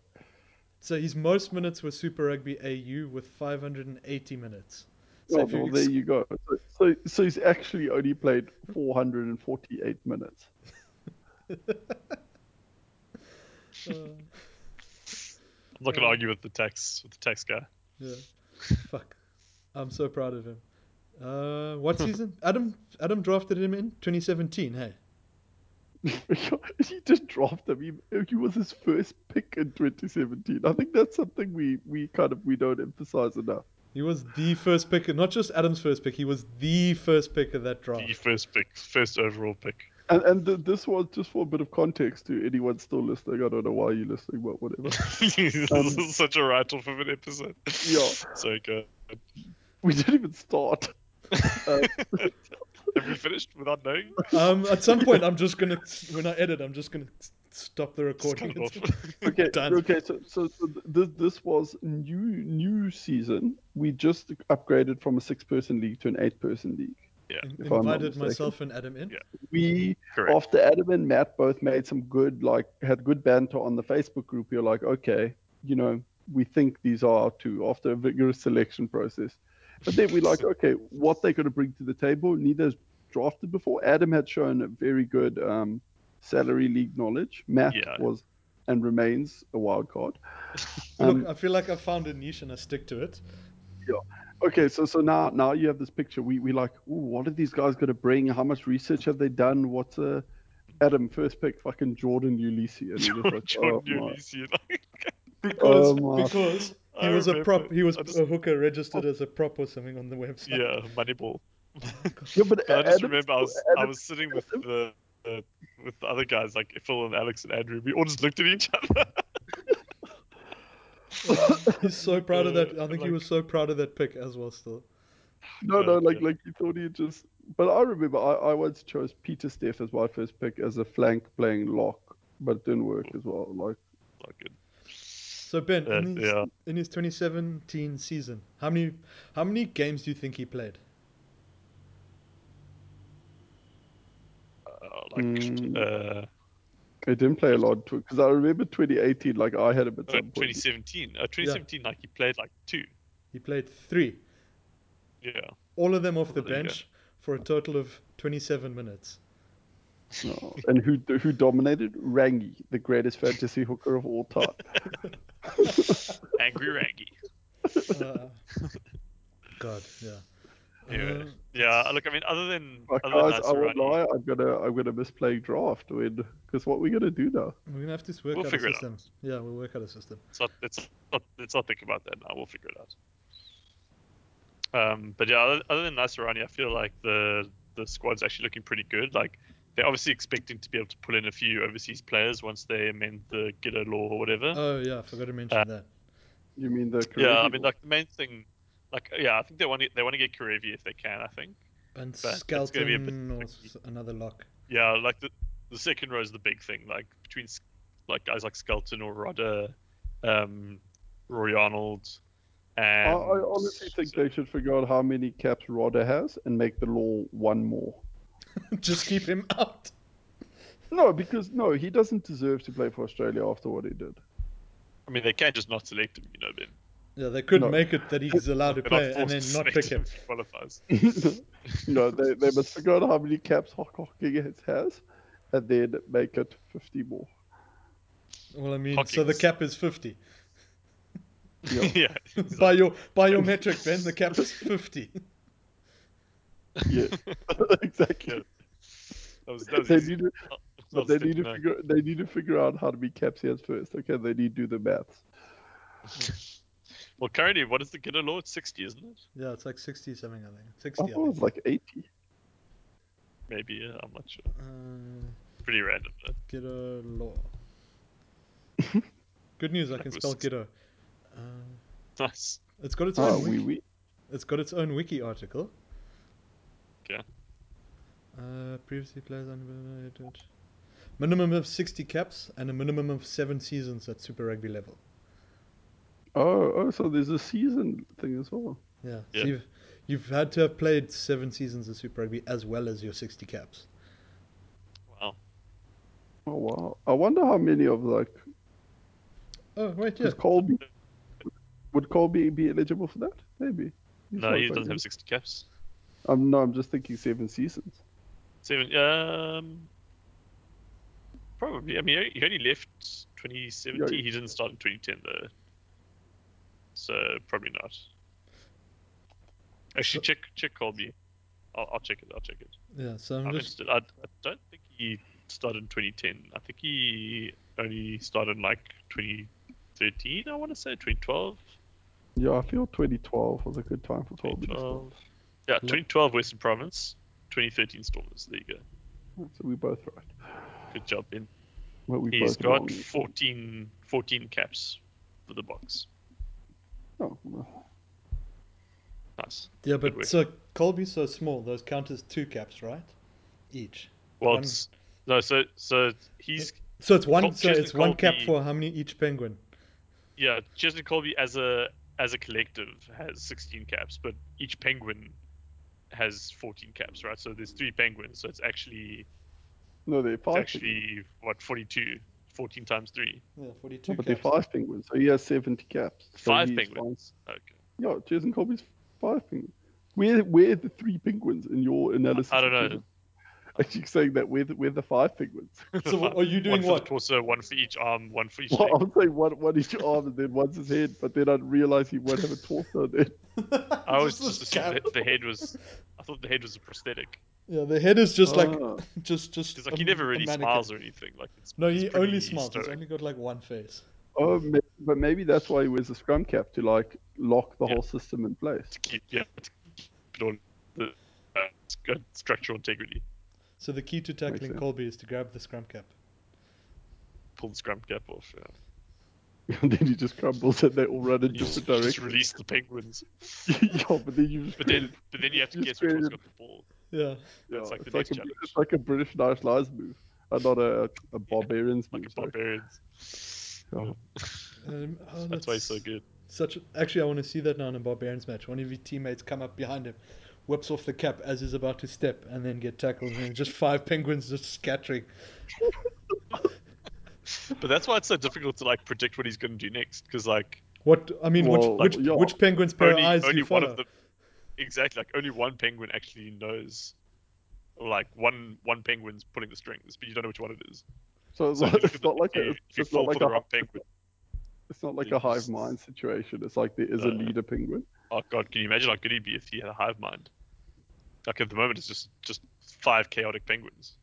A: So his most minutes were Super Rugby AU with five hundred and eighty minutes. So
C: Well,
A: if you
C: well,
A: ex-
C: there you go. So, so, so he's actually only played 448 minutes.
A: uh,
B: I'm not going to
A: Yeah.
B: argue with the tax with the tax guy.
A: yeah, fuck, I'm so proud of him. Uh, what season? Adam Adam drafted him in 2017. Hey,
C: he just dropped him. He, he was his first pick in 2017. I think that's something we, we kind of we don't emphasize enough.
A: he was the first pick, not just Adam's first pick. He was the first pick of that draft.
B: The first pick, first overall pick.
C: And and th- this was just for a bit of context to anyone still listening. I don't know why you're listening, but whatever.
A: Um,
B: this is such a write-off of an episode.
C: Yeah.
B: So uh, good.
C: we didn't even start. Uh,
B: Have we finished without knowing?
A: Um, at some point, I'm just gonna when I edit, I'm just gonna s- stop the
B: Just cut
A: recording.
B: it off.
C: okay,
A: Done.
C: okay. So, so, so th- this this was new new season. We just upgraded from a six person league to an eight person league.
A: In-
C: If I'm
A: invited
C: not mistaken.
A: myself and Adam in.
B: Yeah.
C: We
B: Correct.
C: after Adam and Matt both made some good like had good banter on the Facebook group. You're like, okay, you know, we think these are our two after a vigorous selection process. But then we like, okay, what they're going to bring to the table. Neither's drafted before. Adam had shown a very good um, salary league knowledge. Matt
B: Yeah.
C: was and remains a wild card. Um,
A: Look, I feel like I found a niche and I stick to it.
C: Okay, so so now now you have this picture. We we like, ooh, what are these guys going to bring? How much research have they done? What's uh, Adam first pick? Fucking Jordan Ulysses. And you're just like,
B: Jordan
C: oh, my.
B: Ulysses, like,
A: Because,
C: Oh my-
A: because he
B: I
A: was a
B: remember.
A: prop. He was
B: I just-
A: a hooker registered as a prop or something on the website.
B: yeah, Moneyball.
C: Yeah, but
B: But I just
C: Adam-
B: remember I was I
C: Adam-
B: was sitting with the uh, with the other guys like Phil and Alex and Andrew. We all just looked at each other.
A: He's so proud of that. I
B: Uh,
A: think he
B: like-
A: was so proud of that pick as well. Still,
C: No,
B: Yeah,
C: no, like
B: yeah.
C: like you thought he just. But I remember I, I once chose Peter Steff as my first pick as a flank playing lock, but it didn't work as well. Like
B: Not good.
A: so Ben,
B: Uh,
A: in, his,
B: yeah.
A: in his 2017 season, how many how many games do you think he played?
B: Uh, like
C: Mm.
B: uh,
C: I didn't play a lot because I remember 2018. Like I had him at
B: uh,
C: some point.
B: 2017. Uh, 2017, like he played like two.
A: He played three,
B: Yeah,
A: all of them off the
B: Probably, yeah.
A: bench, for a total of 27 minutes.
C: No. And who who dominated? Rangi, the greatest fantasy hooker of all time.
B: angry Rangy.
A: Uh, God, yeah.
B: Yeah.
A: Uh,
B: Yeah, look, I mean, other than
C: Like,
B: other
C: guys, I
B: than
C: won't
B: Nasirati,
C: lie. I'm gonna I'm gonna misplay draft when because what we gonna do now?
A: we're gonna have to work
B: We'll
A: out a
B: figure it out.
A: system. Yeah, we'll work out a system.
B: let's not, let's not let's not think about that now. We'll figure it out. Um, but yeah, other, other than Nasirani, I feel like the the squad's actually looking pretty good. Like they're obviously expecting to be able to pull in a few overseas players once they amend the Giddo law or whatever.
A: Oh yeah, I forgot to mention
B: Uh,
A: that.
C: You mean the
B: yeah, I
C: Karevi
B: mean,
C: one?
B: like the main thing, like yeah, I think they want to, they want to get Karevi if they can. I think.
A: And
B: but it's gonna be a bit
A: Skelton or
B: tricky.
A: s- another lock.
B: Yeah, like the the second row is the big thing. Like between s- like guys like Skelton or Rodder, um, Rory Arnold, and
C: I, I honestly think they should figure out how many caps Rodder has and make the law one more.
A: Just keep him out.
C: No, because no, he doesn't deserve to play for Australia after what he did.
B: I mean, they can just not select him, you know, Ben.
A: Yeah, they could
C: No.
A: make it that he's allowed to
B: They're not
A: play and
B: forced
A: then
B: to
A: not
B: select
A: pick him.
B: if he qualifies.
C: no, they, they must figure out how many caps Hocking has and then make it 50 more.
A: Well, I mean, so the
B: Hawkins.
A: cap is 50.
C: Yeah.
B: yeah.
A: By your by your metric, Ben, the cap is 50.
C: Yeah, exactly.
B: That was, that was
C: They
B: easy.
C: need, to,
B: That
C: but
B: was
C: they
B: step
C: need to
B: nine.
C: figure they need to figure out how many caps he has first. Okay, they need to do the maths.
B: Well, currently, what is the Guinness law? It's 60, isn't it?
A: Yeah, it's like 60 something, I think. 60.
C: I
A: I
C: thought it was
A: think.
C: Oh, like 80.
B: Maybe, yeah, I'm not sure.
A: Uh,
B: Pretty random. though.
A: Giddo law. Good news, I can
B: That was
A: spell
B: six-
A: Giddo. Uh,
B: Nice.
A: it's got its
C: Ah,
A: own
C: wee
A: wiki.
C: wee.
A: It's got its own wiki article.
B: Okay.
A: Uh, previously players unrelated. Minimum of 60 caps and a minimum of seven seasons at Super Rugby level.
C: Oh, oh, so there's a season thing as well.
A: Yeah.
B: Yeah.
A: So you've, you've had to have played seven seasons of Super Rugby as well as your 60 caps.
B: Wow.
C: Oh wow! I wonder how many of like
A: Oh, wait, yeah.
C: Because Colby would Colby be eligible for that? Maybe. He's
B: No,
C: not
B: he
C: quite
B: doesn't have
C: eligible.
B: 60 caps.
C: I'm no, I'm just thinking seven seasons.
B: Seven. Um. Probably. I mean, he only left 2017.
C: Yeah.
B: He didn't start in 2010 though. So probably not. Actually, check check Colby. I'll, I'll check it. I'll check it.
A: Yeah, so
B: I'm
A: I'm just.
B: interested. I, I don't think he started in 2010. I think he only started in, like 2013. I want to say 2012.
C: Yeah, I feel 2012 was a good time for Colby. to start.
B: 2012. Yeah, 2012 Western Province. 2013 Stormers. There you go.
C: So we both right.
B: Good job, Ben.
C: Well, we
B: He's
C: both
B: got 14, 14 caps for the box.
C: wrong. Oh, well.
B: Nice.
A: Yeah,
B: good
A: but
B: work.
A: so Colby's so small, those count as two caps, right? Each.
B: Well,
A: One-
B: it's, no, so so he's
A: So it's one.
B: Col-
A: so it's
B: Chesney
A: one cap
B: Colby-
A: for how many each penguin?
B: yeah. Chesney Colby as a as a collective has 16 caps, but each penguin has 14 caps, right? So there's three penguins, so it's actually
C: No, they're
B: It's
C: five. penguins.
B: actually what 42 14 times 3
A: Yeah,
C: No,
A: forty-two.
C: but they're five penguins. So he has 70 caps. So
B: Five
C: he's
B: penguins. okay
C: fine. Yeah, Jason Colby's five penguins. Where where are the three penguins in your analysis?
B: I
C: of
B: don't know.
C: Jason? actually saying that we're the, we're the five penguins.
A: So are you doing
B: one for
A: what?
B: the torso, one for each arm, one for each
C: Well,
B: leg.
C: I'm saying one, one is your arm and then one's his head, but then I'd realize he won't have a torso then.
B: I was
A: Just
B: just
A: this
B: assuming
A: gap.
B: that the head was. I thought the head was a prosthetic
A: Yeah, the head is just like
C: Ah.
A: just just
B: because like he
A: a-
B: never
A: a
B: really
A: mannequin.
B: smiles or anything. Like it's,
A: No,
B: it's
A: he only
B: pretty
A: smiles.
B: stoic.
A: He's only got like one face.
C: Oh, ma- but maybe that's why he wears a scrum cap to like lock the
B: Yeah.
C: whole system in place.
B: to keep yeah to keep it on the uh, it's got structural integrity.
A: So the key to tackling
C: sense.
A: Colby is to grab the scrum cap.
B: Pull the scrum cap off. Yeah.
C: and then he just crumbles and they all run in
B: You just,
C: different
B: you just
C: directions.
B: release the penguins,
C: yeah, but then you just.
B: but then but then you have to
C: Just
B: guess which one's
C: created-
B: got the ball.
A: Yeah.
C: yeah,
B: it's like the next
C: it's, like a,
B: challenge.
C: it's like a British Nice Lies move, and not a, a barbarians
B: Like
C: move.
B: a
C: sorry.
B: barbarians.
C: Yeah.
A: Um, oh,
B: that's, why he's so
A: that's
B: good.
A: Such actually, I want to see that now in a barbarians match. One of your teammates come up behind him, whips off the cap as he's about to step, and then get tackled, and then just five penguins just scattering.
B: But that's why it's so difficult to like predict what he's going to do next because like
A: What I mean,
C: Well,
A: which which,
C: yeah.
A: which penguins pair
B: only,
A: of eyes do
B: only
A: you
B: one
A: follow?
B: of them exactly like only one penguin actually knows like one one penguin's pulling the strings, but you don't know which one it is.
C: So it's,
B: So if you
C: like,
B: look at the- if
C: it's not like a,
B: you,
C: it's,
B: if you
C: not
B: fall
C: like
B: for
C: a,
B: the wrong penguin.
C: it's not like
B: you
C: a hive
B: just- Uh.
C: mind situation. It's like there is
B: No.
C: a leader penguin.
B: Oh god, can you imagine how good he'd be if he had a hive mind? Like at the moment, it's just just five chaotic penguins.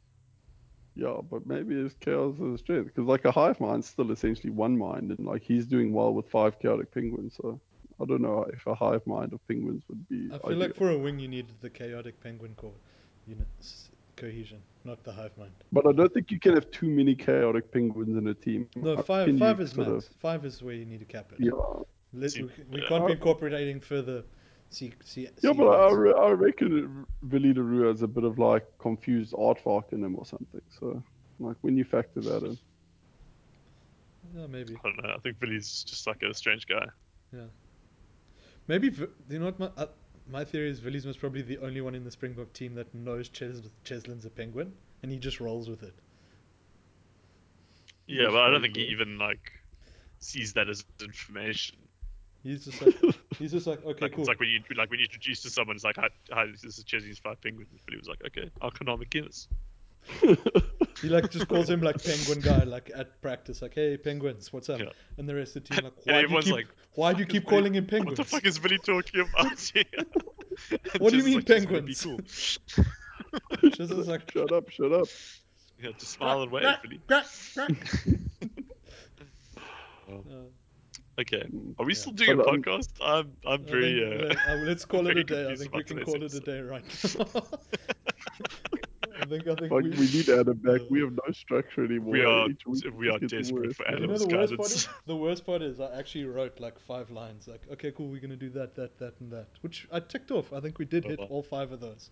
C: Yeah, but maybe it's chaos is a strength because like a hive mind's still essentially one mind, and like he's doing well with five chaotic penguins. So I don't know if a hive mind of penguins would be.
A: I feel
C: ideal.
A: like for a wing you need the chaotic penguin core, you know, s- cohesion, not the hive mind.
C: But I don't think you can have too many chaotic penguins in a team.
A: No,
C: How
A: five
C: can you
A: five is
C: sort
A: max.
C: of-
A: Five is where you need to cap it.
C: Yeah,
A: Let-
B: See,
A: we, we
B: yeah.
A: can't be incorporating further. See, see,
C: yeah, but I, re- I reckon Billy Larue has a bit of like confused art fark in him or something. So like when you factor that in,
A: yeah, maybe.
B: I don't know. I think Billy's just like a strange guy.
A: Maybe V- you know what my uh, my theory is Williams was probably the only one in the Springbok team that knows Ches- Cheslin's a penguin, and he just rolls with it.
B: Yeah,
C: That's
B: but I don't
C: very
B: think he
C: cool.
B: even like sees that as information.
A: He's just like he's just like okay,
B: Like,
A: cool.
B: It's like when you like when you introduce to someone, it's like, "Hi, hi this is Chesney's five penguins." But he was like, "Okay, I'll come on McGinnis."
A: he like just calls him like penguin guy, like at practice, like hey penguins, what's up?
B: Yeah.
A: And the rest of the team like
B: And
A: why do you
B: everyone's
A: keep
B: like,
A: why do you
B: "Fuck
A: keep
B: is Billy-
A: calling him
B: What
A: penguins?
B: the fuck is Billy talking about here?
A: What do you
B: Just
A: mean
B: like, just wanna be
A: penguins?
B: cool.
A: Just is like
C: shut up, shut up.
B: Yeah, just smile and wave, Billy.
A: Uh,
B: Okay, are we
A: Yeah.
B: still doing a
C: But, um,
B: podcast? I'm I'm
A: I
B: very
A: think,
B: uh,
A: let- uh, let's call it
B: very
A: a day. I
B: confused
A: think
B: about
A: we can
B: today's
A: call it a
B: episode.
A: day right now. I think I think
C: Like
A: we,
C: we need Adam back. We have no structure anymore.
B: we are
C: Each week
B: we
C: it's
B: are
C: getting
B: desperate
C: worse.
B: for
A: You know
B: animals,
A: the
B: guys.
A: worst part
B: It's-
A: is the worst part is I actually wrote like five lines like okay cool we're gonna do that that that and that which I ticked off I think we did
B: Oh,
A: hit
B: wow.
A: all five of those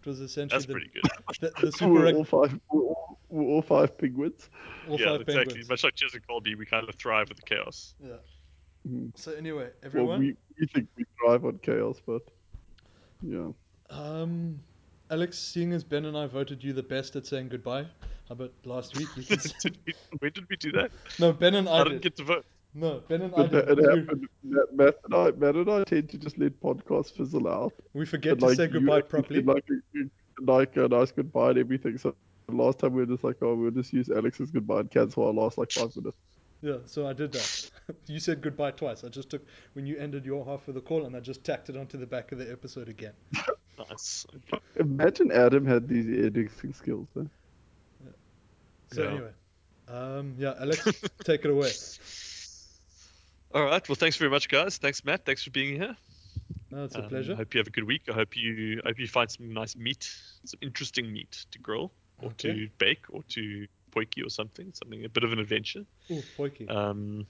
A: it was essentially
B: That's
A: the,
B: pretty good.
A: the, the super
C: We're
A: rug,
C: all
A: all,
C: five. We're all, we're all five penguins.
B: yeah,
A: five
B: exactly.
A: penguins
B: Much like Jez and Colby, we kind of thrive with the chaos.
A: yeah
C: Mhm.
A: so anyway
C: Well,
A: everyone
C: we, we think we thrive on chaos, but yeah.
A: um Alex seeing as Ben and I voted you the best at saying goodbye how about last week you can say,
B: Did we- when did we do that?
A: no Ben and I
B: I,
A: did
B: didn't get to vote.
A: no Ben and I
C: But
A: did
C: that, it
A: You-
C: happened. Matt, Matt and I, Matt and I tend to just let podcasts fizzle out.
A: we forget
C: But,
A: to say
C: you
A: goodbye
C: actually
A: properly
C: did, Like, a- like a nice goodbye and everything. So the last time we were just like, oh, we'll just use Alex's goodbye and cancel our last like five minutes.
A: Yeah, so I did that. you said goodbye twice. I just took when you ended your half of the call and I just tacked it onto the back of the episode again.
B: Nice.
C: Imagine Adam had these editing skills. Huh?
A: So
B: Yeah.
A: anyway, um, yeah, Alex, take it away.
B: All right. Well, thanks very much, guys. Thanks, Matt. Thanks for being here.
A: No, it's a
B: Um,
A: pleasure.
B: I hope you have a good week. I hope you I hope you find some nice meat, some interesting meat to grill or
A: Okay.
B: to bake or to poiky or something, something a bit of an adventure.
A: Ooh, Poiki.
B: Um,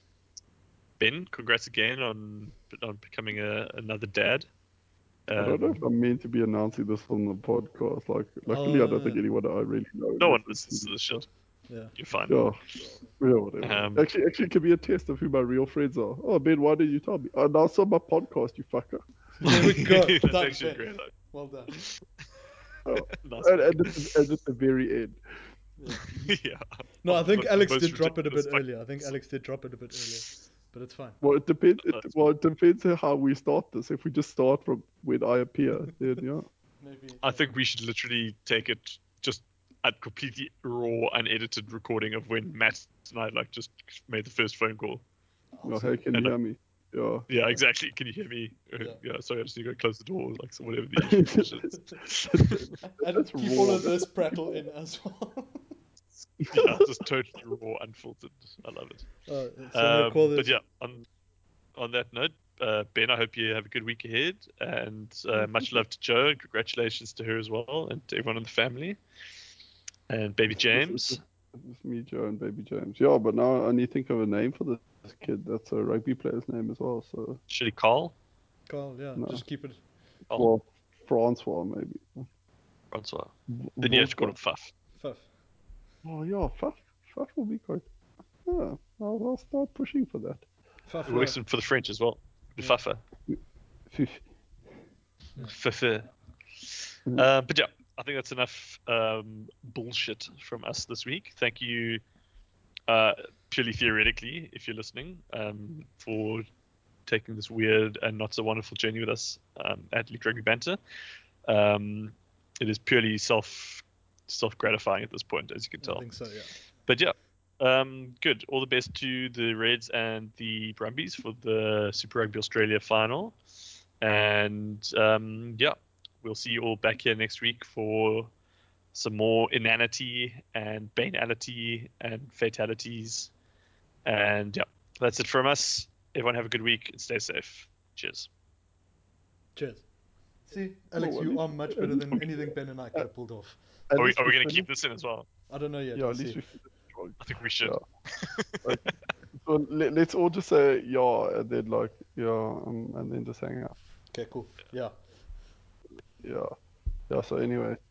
B: ben, congrats again on on becoming a, another dad.
C: I don't know
B: Um,
C: if I'm meant to be announcing this on the podcast. Like, luckily, I don't think
A: Uh,
C: anyone I really know.
B: no one listens
C: listens
B: to the shit.
A: yeah.
B: You're fine.
C: Yeah, yeah, whatever.
B: Um,
C: actually, actually, it could be a test of who my real friends are. Oh, Ben, why did you tell me? I now saw my podcast, you fucker.
A: There we go.
B: That's
A: Done,
B: actually a
A: Ben.
B: great.
A: Well done.
B: Nice.
C: And, and, this is, and at the very end,
B: yeah.
A: No, I
B: Well,
A: think
B: the
A: Alex
B: most
A: did drop it a bit
B: ridiculous fuck-
A: earlier. I think Alex did drop it a bit earlier, but it's fine.
C: well, it depends. It,
B: Nice.
C: well, it depends on how we start this. If we just start from when I appear, then yeah.
A: Maybe.
B: I think we should literally take it just a completely raw, unedited recording of when Matt and I like just made the first phone call.
C: Oh, hey, can you
B: And, uh,
C: hear me? Yeah.
B: Yeah, exactly. Can you hear me? Uh,
A: Yeah.
B: Yeah. sorry, I just need to go close the door, like so whatever the issue is.
A: And
C: That's
A: keep all of
C: raw.
A: this prattle in as well.
B: yeah, just totally raw, unfiltered. I love it.
A: Oh, so I'm
B: Um,
A: gonna call
B: but
A: this.
B: yeah, on on that note, uh, Ben, I hope you have a good week ahead, and uh, much love to Joe, and congratulations to her as well, and to everyone in the family, and baby James.
C: It's me, Joe, and baby James. Yeah, but now I need to think of a name for this kid. That's a rugby player's name as well. So,
B: Should he call?
A: Carl, yeah,
C: No.
A: just keep it.
B: Oh.
C: well, Francois maybe.
B: Francois. Then you have to call him Fuff.
A: Fuff.
C: Oh yeah, Faf, Faf will be great. Yeah, I'll, I'll start pushing for that.
A: Fuff.
B: It works
A: yeah.
B: in- for the French as well. The
A: Yeah.
B: Fuffer. Fuffer.
C: Mhm.
B: Uh, but yeah, I think that's enough um, bullshit from us this week. Thank you, uh, purely theoretically, if you're listening, um, for taking this weird and not so wonderful journey with us um, at League Rugby Banter. Um, it is purely self self gratifying at this point, as you can
A: I
B: tell.
A: think so, yeah.
B: But yeah, um, good. All the best to the Reds and the Brumbies for the Super Rugby Australia final. And um, yeah, we'll see you all back here next week for some more inanity and banality and fatalities. And yeah, that's it from us. Everyone have a good week and stay safe. Cheers.
A: Cheers. See, Alex,
C: Oh, at
A: you
C: least-
A: are much
C: at
A: better
C: least
A: than
C: we-
A: anything Ben
C: Uh,
A: and I could have pulled off.
B: Are we, are we going to keep this in as well?
A: I don't know yet.
C: Yeah,
A: we'll
C: at least
A: see.
C: we finished.
B: I think we should.
C: So let, let's all just say yeah, and then like yeah, um, and then just hang out.
A: Okay, cool. Yeah.
C: Yeah, yeah. So anyway,